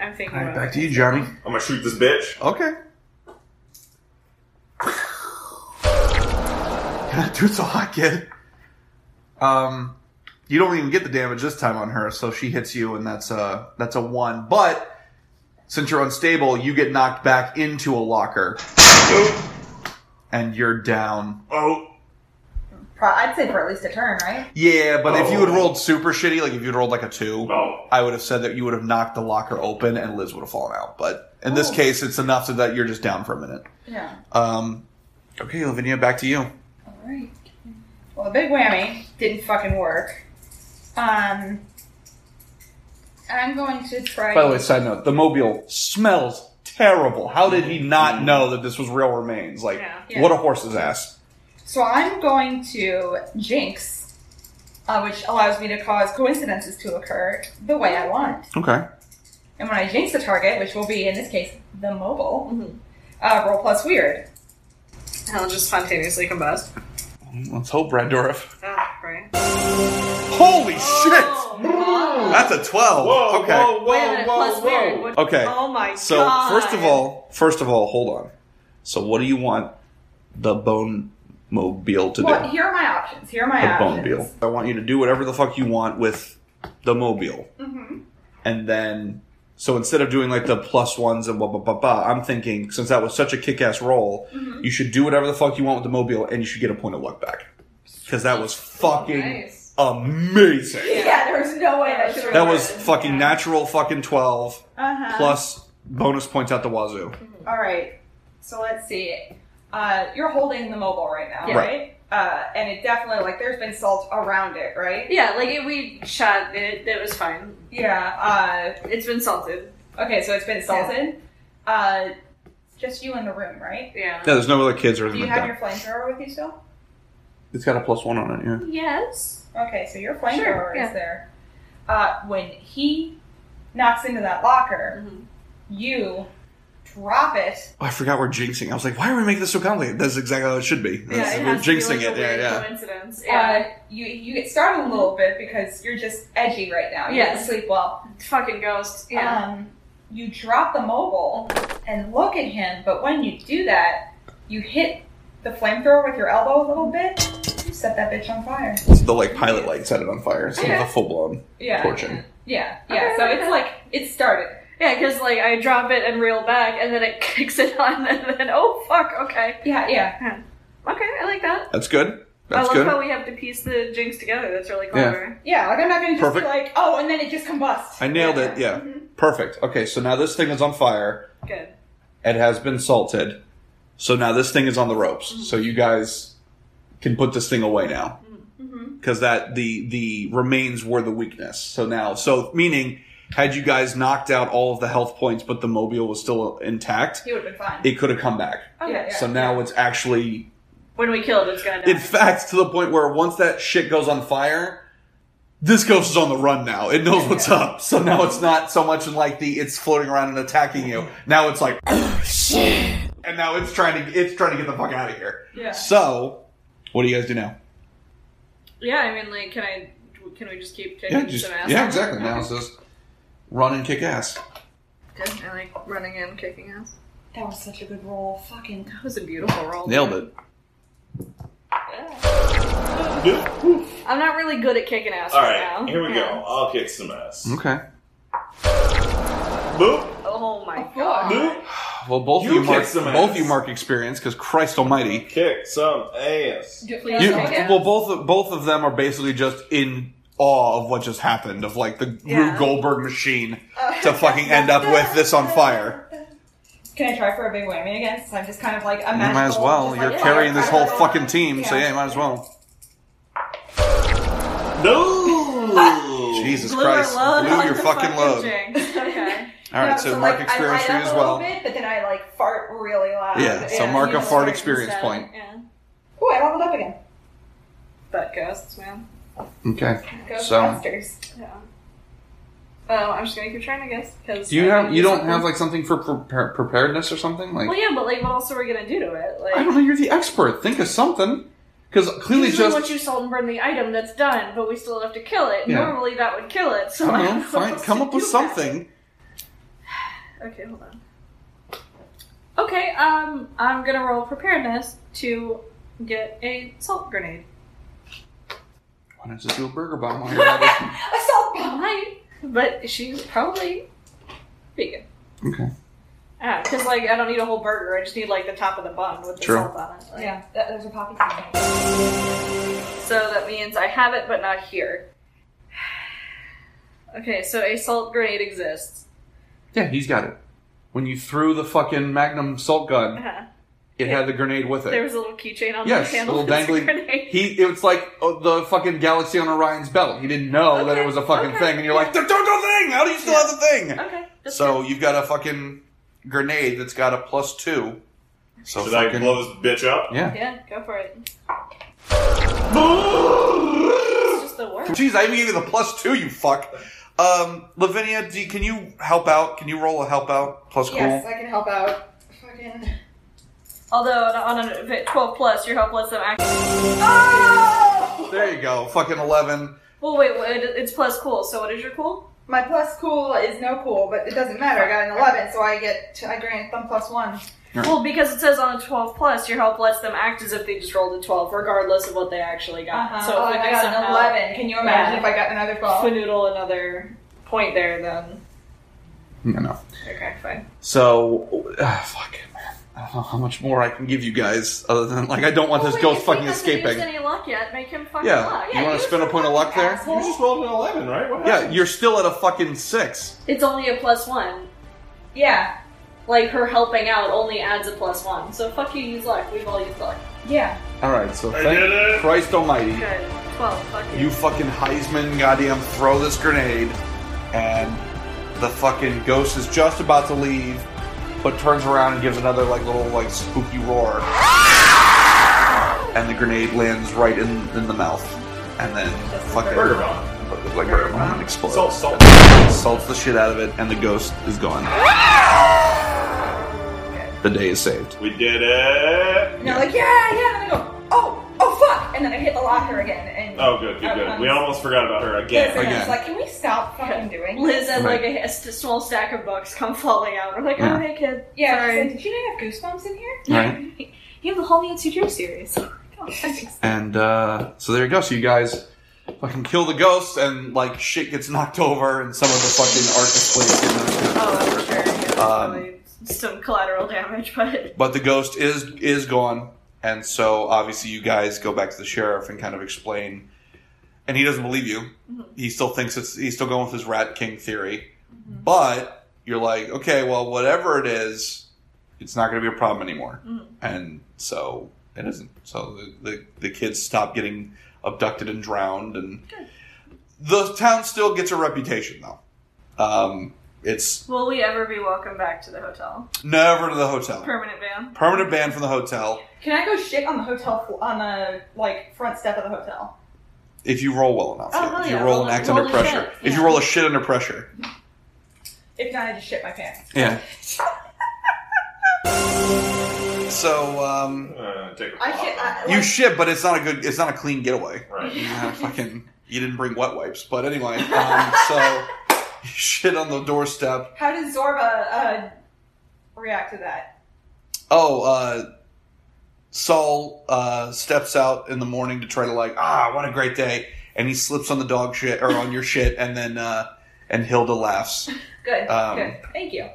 Speaker 6: I'm thinking
Speaker 2: All right,
Speaker 6: about
Speaker 2: back
Speaker 6: it.
Speaker 2: to you, Johnny.
Speaker 4: I'm gonna shoot this bitch.
Speaker 2: Okay. God, dude's a hot kid. Um, You don't even get the damage this time on her, so she hits you, and that's a that's a one. But since you're unstable, you get knocked back into a locker,
Speaker 4: Oh,
Speaker 2: and you're down.
Speaker 4: oh,
Speaker 7: Pro- I'd say for at least a turn, right?
Speaker 2: Yeah, but if you had
Speaker 4: Oh.
Speaker 2: rolled super shitty, like if you'd rolled like a two,
Speaker 4: oh.
Speaker 2: I would have said that you would have knocked the locker open, and Liz would have fallen out. But in this
Speaker 7: Oh.
Speaker 2: case, it's enough so that you're just down for a minute.
Speaker 7: Yeah.
Speaker 2: Um, okay, Lavinia, back to you.
Speaker 7: All right. Well, the big whammy didn't fucking work. Um, I'm going to try.
Speaker 2: By the way, side note: the mobile smells terrible. How did he
Speaker 4: Mm.
Speaker 2: not know that this was real remains? Like,
Speaker 6: Yeah.
Speaker 7: Yeah.
Speaker 2: what a horse's ass!
Speaker 7: So I'm going to jinx, uh, which allows me to cause coincidences to occur the way I want.
Speaker 2: Okay.
Speaker 7: And when I jinx the target, which will be in this case the mobile, uh, roll plus weird.
Speaker 6: I'll just spontaneously combust.
Speaker 2: Let's hope, Brad Dorff.
Speaker 6: Ah, right.
Speaker 2: Holy shit!
Speaker 6: Oh,
Speaker 2: That's a twelve.
Speaker 4: Whoa,
Speaker 2: okay.
Speaker 4: whoa, whoa,
Speaker 6: Wait a minute,
Speaker 4: whoa,
Speaker 6: plus weird.
Speaker 4: whoa.
Speaker 6: What-
Speaker 2: Okay.
Speaker 6: Oh my
Speaker 2: So
Speaker 6: god.
Speaker 2: first of all, first of all, hold on. So what do you want the bone mobile to
Speaker 7: Well,
Speaker 2: do?
Speaker 7: here are my options. Here are my
Speaker 2: The bone
Speaker 7: options.
Speaker 2: mobile. I want you to do whatever the fuck you want with the mobile,
Speaker 7: Mhm.
Speaker 2: and then so instead of doing like the plus ones and blah blah blah blah, I'm thinking since that was such a kick ass roll, you should do whatever the fuck you want with the mobile, and you should get a point of luck back because that was fucking
Speaker 6: Nice.
Speaker 2: amazing.
Speaker 7: Yeah, there was no way that should have
Speaker 2: That was fucking natural fucking 12
Speaker 7: uh-huh.
Speaker 2: plus bonus points out the wazoo.
Speaker 7: All right. So let's see. Uh, you're holding the mobile right now,
Speaker 6: Yeah.
Speaker 7: right? Uh, and it definitely like there's been salt around it, right?
Speaker 6: Yeah, like it, we shot it, it was fine.
Speaker 7: Yeah.
Speaker 6: It's been salted.
Speaker 7: Uh, okay, so it's been salted. Uh, just you in the room, right?
Speaker 6: Yeah.
Speaker 2: Yeah, there's no other kids or
Speaker 7: Do
Speaker 2: anything
Speaker 7: you
Speaker 2: like that.
Speaker 7: have your flamethrower with you still?
Speaker 2: It's got a plus one on it, yeah.
Speaker 6: Yes.
Speaker 7: Okay, so your flamethrower
Speaker 6: Sure, yeah.
Speaker 7: is there. Uh, when he knocks into that locker,
Speaker 6: Mhm.
Speaker 7: you drop it.
Speaker 2: Oh, I forgot we're jinxing. I was like, why are we making this so complicated? That's exactly how it should be. That's-
Speaker 6: yeah, it
Speaker 2: we're
Speaker 6: has to be,
Speaker 2: jinxing
Speaker 6: like, a
Speaker 2: it, yeah,
Speaker 6: weird
Speaker 2: yeah.
Speaker 6: Coincidence.
Speaker 7: Uh,
Speaker 6: Yeah.
Speaker 7: you you get startled a little bit because you're just edgy right now. You
Speaker 6: Yes.
Speaker 7: didn't sleep well.
Speaker 4: Uh,
Speaker 6: Fucking ghost. Yeah.
Speaker 7: um, you drop the mobile and look at him, but when you do that, you hit the flamethrower with your elbow a little bit. You set that bitch on fire.
Speaker 2: The like pilot light set it on fire. It's not
Speaker 6: Okay.
Speaker 2: a full blown
Speaker 7: Yeah.
Speaker 2: fortune.
Speaker 7: Yeah. Yeah. So it's like it started.
Speaker 6: yeah, because like I drop it and reel back, and then it kicks it on, and then oh fuck, okay,
Speaker 7: Yeah. Yeah.
Speaker 6: okay, I like that.
Speaker 2: That's good.
Speaker 6: I
Speaker 2: That's
Speaker 6: love
Speaker 2: good.
Speaker 6: how we have to piece the jinx together. That's really
Speaker 2: Yeah.
Speaker 6: clever.
Speaker 7: Yeah. Like I'm not gonna just
Speaker 2: Perfect.
Speaker 7: be like, oh, and then it just combusts.
Speaker 2: I nailed it, yeah. Perfect. Okay, so now this thing is on fire.
Speaker 6: Good.
Speaker 2: It has been salted. So now this thing is on the ropes.
Speaker 6: Mm-hmm.
Speaker 2: So you guys can put this thing away now.
Speaker 7: Mm-hmm.
Speaker 2: because that the the remains were the weakness. So now, so meaning, had you guys knocked out all of the health points, but the mobile was still intact,
Speaker 7: He would have been fine.
Speaker 2: it could have come back.
Speaker 6: Okay.
Speaker 7: Yeah, yeah.
Speaker 2: So now it's actually,
Speaker 6: When we kill it, it's gonna die.
Speaker 2: in fact, to the point where once that shit goes on fire. This ghost is on the run now. It knows what's up. So now it's not so much in like the it's floating around and attacking you. Now it's like, oh, and now it's trying to it's trying to get the fuck out of here.
Speaker 7: yeah.
Speaker 2: So, what do you guys do now?
Speaker 6: yeah, I mean, like, can I? Can we just keep kicking
Speaker 2: Yeah, just
Speaker 6: some ass?
Speaker 2: yeah, exactly. Now it's just run and kick ass.
Speaker 6: Good. I like running in, kicking ass.
Speaker 7: That was such a good roll. Fucking.
Speaker 6: That was a beautiful roll.
Speaker 2: Nailed it.
Speaker 6: I'm not really good at kicking ass
Speaker 4: All
Speaker 6: right
Speaker 4: right,
Speaker 6: now.
Speaker 4: here we go.
Speaker 6: Yeah.
Speaker 4: I'll kick some ass.
Speaker 2: Okay.
Speaker 4: Boop,
Speaker 6: Oh my
Speaker 7: Oh,
Speaker 6: god.
Speaker 4: boop.
Speaker 2: Well, both
Speaker 4: You
Speaker 2: of you mark
Speaker 4: kick some
Speaker 2: both
Speaker 4: ass.
Speaker 2: of you mark experience because Christ Almighty.
Speaker 4: Kick some ass.
Speaker 7: Please
Speaker 2: You,
Speaker 7: don't get-
Speaker 2: well, both of- both of them are basically just in awe of what just happened, of like the
Speaker 6: Yeah.
Speaker 2: Rube Goldberg machine
Speaker 7: Uh,
Speaker 2: to fucking end up with this on fire.
Speaker 7: Can I try for a big whammy again? Since I'm just kind of like a
Speaker 2: You might as well. You're carrying this whole fucking team, so
Speaker 7: Yeah.
Speaker 2: yeah, you might as well.
Speaker 4: No.
Speaker 2: Jesus
Speaker 6: Blew
Speaker 2: Christ,
Speaker 6: her load
Speaker 2: blew
Speaker 6: on
Speaker 2: your
Speaker 6: the
Speaker 2: fucking load.
Speaker 6: jinx. Okay.
Speaker 2: All right,
Speaker 7: No,
Speaker 2: so,
Speaker 7: like,
Speaker 2: mark
Speaker 7: I
Speaker 2: experience
Speaker 7: light
Speaker 2: for you
Speaker 7: up
Speaker 2: as
Speaker 7: a
Speaker 2: well.
Speaker 7: Little bit, but then I like fart really loud.
Speaker 2: Yeah, so
Speaker 6: Yeah,
Speaker 2: mark
Speaker 6: you
Speaker 2: a
Speaker 6: just
Speaker 2: fart
Speaker 6: start
Speaker 2: experience
Speaker 6: instead.
Speaker 2: point.
Speaker 6: Yeah.
Speaker 7: Ooh, I leveled up again.
Speaker 6: Butt ghosts, man.
Speaker 2: Okay.
Speaker 7: Go
Speaker 2: So-
Speaker 7: Masters.
Speaker 6: Yeah. Oh, I'm just gonna keep trying, I guess. Because
Speaker 2: Do you have you don't have like something for prepar- preparedness or something like?
Speaker 6: Well, yeah, but like, what else are we gonna do to it? Like,
Speaker 2: I don't know. You're the expert. Think of something. Because clearly,
Speaker 6: usually
Speaker 2: just
Speaker 6: once you salt and burn the item, that's done. But we still have to kill it.
Speaker 2: Yeah.
Speaker 6: Normally, that would kill it. So
Speaker 2: I
Speaker 6: I
Speaker 2: don't know. Find, come up with something.
Speaker 6: Okay, hold on. Okay, um, I'm gonna roll preparedness to get a salt grenade.
Speaker 2: Why don't you just do a burger bomb on your rabbit?
Speaker 7: Assault bomb.
Speaker 6: Might, but she's probably vegan.
Speaker 2: Okay.
Speaker 6: Ah, because like I don't need a whole burger. I just need like the top of the bun with the
Speaker 2: Sure.
Speaker 6: salt on it. Like,
Speaker 7: Yeah, that, those are poppy seeds.
Speaker 6: So that means I have it, but not here. Okay, so a salt grenade exists.
Speaker 2: Yeah, he's got it. When you threw the fucking Magnum salt gun,
Speaker 6: Uh-huh.
Speaker 2: it had the grenade with
Speaker 6: There
Speaker 2: it.
Speaker 6: was a little keychain on
Speaker 2: Yes,
Speaker 6: the handle.
Speaker 2: little
Speaker 6: It's a
Speaker 2: dangly.
Speaker 6: grenade.
Speaker 2: He, it was like oh, the fucking galaxy on Orion's belt. He didn't know that
Speaker 6: Okay,
Speaker 2: it was a fucking
Speaker 6: okay,
Speaker 2: thing, and you're like, "Don't do the thing! How do you still have the thing?"
Speaker 6: Okay. that's
Speaker 2: So
Speaker 6: good.
Speaker 2: you've got a fucking grenade that's got a plus two. So
Speaker 4: Should I
Speaker 2: fucking
Speaker 4: blow this bitch up?
Speaker 2: yeah.
Speaker 6: yeah, go for it. It's just the worst.
Speaker 2: Jeez, I even gave you the plus two. You fuck. Um, Lavinia, do you, can you help out? Can you roll a help out plus
Speaker 7: Yes,
Speaker 2: cool?
Speaker 7: I can help out. Fucking.
Speaker 6: Although on a if it- 12 plus, you're helpless. I'm act-
Speaker 7: Oh!
Speaker 2: There you go. Fucking eleven.
Speaker 6: Well, wait, wait, it's plus cool. So what is your cool?
Speaker 7: My plus cool is no cool, but it doesn't matter. I got an 11, so I get, I grant them plus one.
Speaker 6: Well, because it says on a 12 plus, your help lets them act as if they just rolled a 12, regardless of what they actually got.
Speaker 7: Uh-huh.
Speaker 6: So
Speaker 7: oh,
Speaker 6: if we
Speaker 7: I
Speaker 6: do
Speaker 7: got an
Speaker 6: somehow
Speaker 7: 11. Can you imagine
Speaker 6: Yeah.
Speaker 7: if I got another 12?
Speaker 6: fanoodle another point there, then
Speaker 2: No, no.
Speaker 6: okay, fine.
Speaker 2: So, uh, fuck. man. I don't know how much more I can give you guys, other than like I don't want this ghost fucking escaping.
Speaker 6: Used any luck yet? Make him fucking
Speaker 2: yeah.
Speaker 6: luck.
Speaker 2: you want to spend a point of luck there?
Speaker 4: You just rolled an 11, right? What
Speaker 2: Yeah,
Speaker 4: happened?
Speaker 2: you're still at a fucking six.
Speaker 6: It's only a plus one.
Speaker 7: Yeah.
Speaker 6: Like her helping out only adds a plus one. So fuck you, use luck. We've all used luck.
Speaker 7: Yeah.
Speaker 2: All right, so
Speaker 4: I
Speaker 2: thank
Speaker 4: did it.
Speaker 2: Christ Almighty.
Speaker 6: Good. Twelve. Fuck you.
Speaker 2: You fucking Heisman, goddamn, throw this grenade, and the fucking ghost is just about to leave, but turns around and gives another like little like spooky roar, and the grenade lands right in in the mouth, and then fucking
Speaker 4: Burger bomb.
Speaker 2: like burger bomb and explodes.
Speaker 4: Salt, salt.
Speaker 2: Salts the shit out of it, and the ghost is gone. The day is saved.
Speaker 4: We did it.
Speaker 7: And they're like, yeah, yeah. And then I go, oh, oh, fuck. And then I hit the locker again. And
Speaker 4: Oh, good, good, good. We almost forgot about her
Speaker 7: Yes,
Speaker 4: again.
Speaker 7: and I
Speaker 2: Again.
Speaker 7: was like, can we stop fucking doing
Speaker 6: Liz
Speaker 7: this?
Speaker 6: and like a, a s- small stack of bucks come falling out. We're like,
Speaker 2: Yeah.
Speaker 6: oh hey kid,
Speaker 7: Yeah, she said,
Speaker 6: sorry.
Speaker 7: did you not have goosebumps in here? Oh,
Speaker 2: Right.
Speaker 6: You have the whole Nancy Drew series.
Speaker 2: And uh, so there you go. So you guys fucking kill the ghosts, and like shit gets knocked over, and some of the fucking art displays get knocked over.
Speaker 6: Oh, I'm sure. Yeah, that's
Speaker 2: Um,
Speaker 6: probably some collateral damage, but
Speaker 2: But the ghost is is gone, and so obviously you guys go back to the sheriff and kind of explain. And he doesn't believe you. He still thinks it's he's still going with his Rat King theory. Mm-hmm. But you're like, okay, well, whatever it is, it's not going to be a problem anymore.
Speaker 6: mm.
Speaker 2: And so it isn't. So the, the the kids stop getting abducted and drowned, and the town still gets a reputation though. Um, it's
Speaker 6: will we ever be welcome back to the hotel?
Speaker 2: never to the hotel.
Speaker 6: Permanent ban.
Speaker 2: Permanent ban from the hotel.
Speaker 7: Can I go shit on the hotel, flo- on the, like, front step of the hotel?
Speaker 2: If you roll well enough.
Speaker 6: Oh,
Speaker 2: yeah.
Speaker 6: hell
Speaker 2: If
Speaker 6: yeah.
Speaker 2: you roll
Speaker 6: Roll
Speaker 2: and
Speaker 6: a-
Speaker 2: act
Speaker 6: roll
Speaker 2: under
Speaker 6: a
Speaker 2: pressure.
Speaker 6: shit,
Speaker 2: If you
Speaker 6: yeah.
Speaker 2: roll a shit under pressure.
Speaker 7: If not, I just shit my pants.
Speaker 2: Yeah. so, um,
Speaker 4: Uh, take a
Speaker 7: I
Speaker 4: flop.
Speaker 7: shit, I, like,
Speaker 2: you shit, but it's not a good, it's not a clean getaway.
Speaker 4: Right.
Speaker 2: You know, fucking, you didn't bring wet wipes. But anyway, um, so you shit on the doorstep.
Speaker 7: How does Zorba uh, react to that?
Speaker 2: Oh, uh, Saul uh, steps out in the morning to try to like, ah, what a great day, and he slips on the dog shit or on your shit, and then uh, and Hilda laughs.
Speaker 7: Good,
Speaker 2: Um,
Speaker 7: good. Thank you.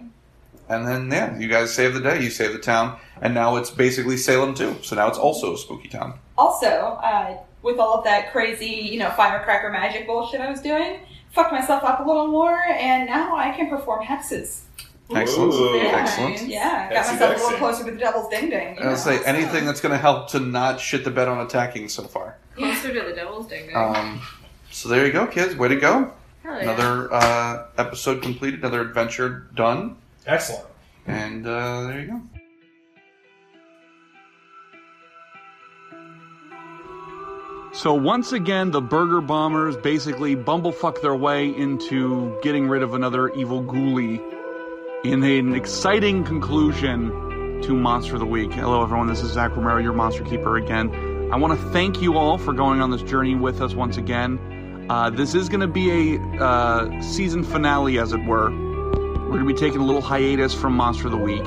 Speaker 2: And then, yeah, you guys save the day, you save the town, and now it's basically Salem too. So now it's also a spooky town.
Speaker 7: Also, uh, with all of that crazy, you know, firecracker magic bullshit I was doing, fucked myself up a little more, and now I can perform hexes.
Speaker 2: Excellent.
Speaker 4: Ooh.
Speaker 2: Excellent.
Speaker 7: Yeah, got
Speaker 4: Hexy
Speaker 7: myself a little
Speaker 4: dexy.
Speaker 7: closer to the devil's ding ding. you
Speaker 2: I'll
Speaker 7: know?
Speaker 2: say anything that's going to help to not shit the bed on attacking so far.
Speaker 6: Closer to the devil's ding.
Speaker 2: Um, so there you go, kids. Way to go.
Speaker 6: Hell Oh, yeah.
Speaker 2: Another uh, episode completed, another adventure done.
Speaker 4: Excellent.
Speaker 2: And uh, there you go. So once again, the Burger Bombers basically bumblefuck their way into getting rid of another evil ghoulie in an exciting conclusion to Monster of the Week. Hello, everyone. This is Zach Romero, your Monster Keeper again. I want to thank you all for going on this journey with us once again. Uh, this is going to be a uh, season finale, as it were. We're going to be taking a little hiatus from Monster of the Week,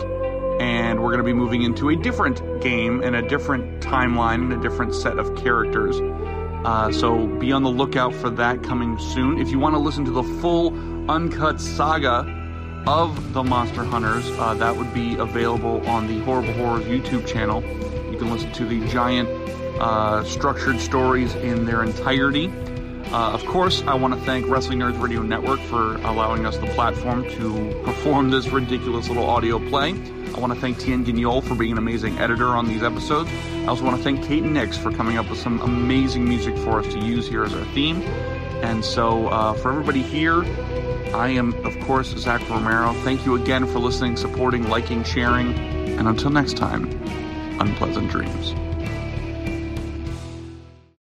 Speaker 2: and we're going to be moving into a different game and a different timeline and a different set of characters.
Speaker 1: Uh, so be on the lookout for that coming soon. If you want to listen to the full uncut saga of the Monster Hunters, uh, that would be available on the Horrible Horrors YouTube channel. You can listen to the giant uh, structured stories in their entirety. Uh, of course, I want to thank Wrestling Nerds Radio Network for allowing us the platform to perform this ridiculous little audio play. I want to thank Tien Guignol for being an amazing editor on these episodes. I also want to thank Kate and Nix for coming up with some amazing music for us to use here as our theme. And so, uh, for everybody here, I am, of course, Zach Romero. Thank you again for listening, supporting, liking, sharing. And until next time, unpleasant dreams.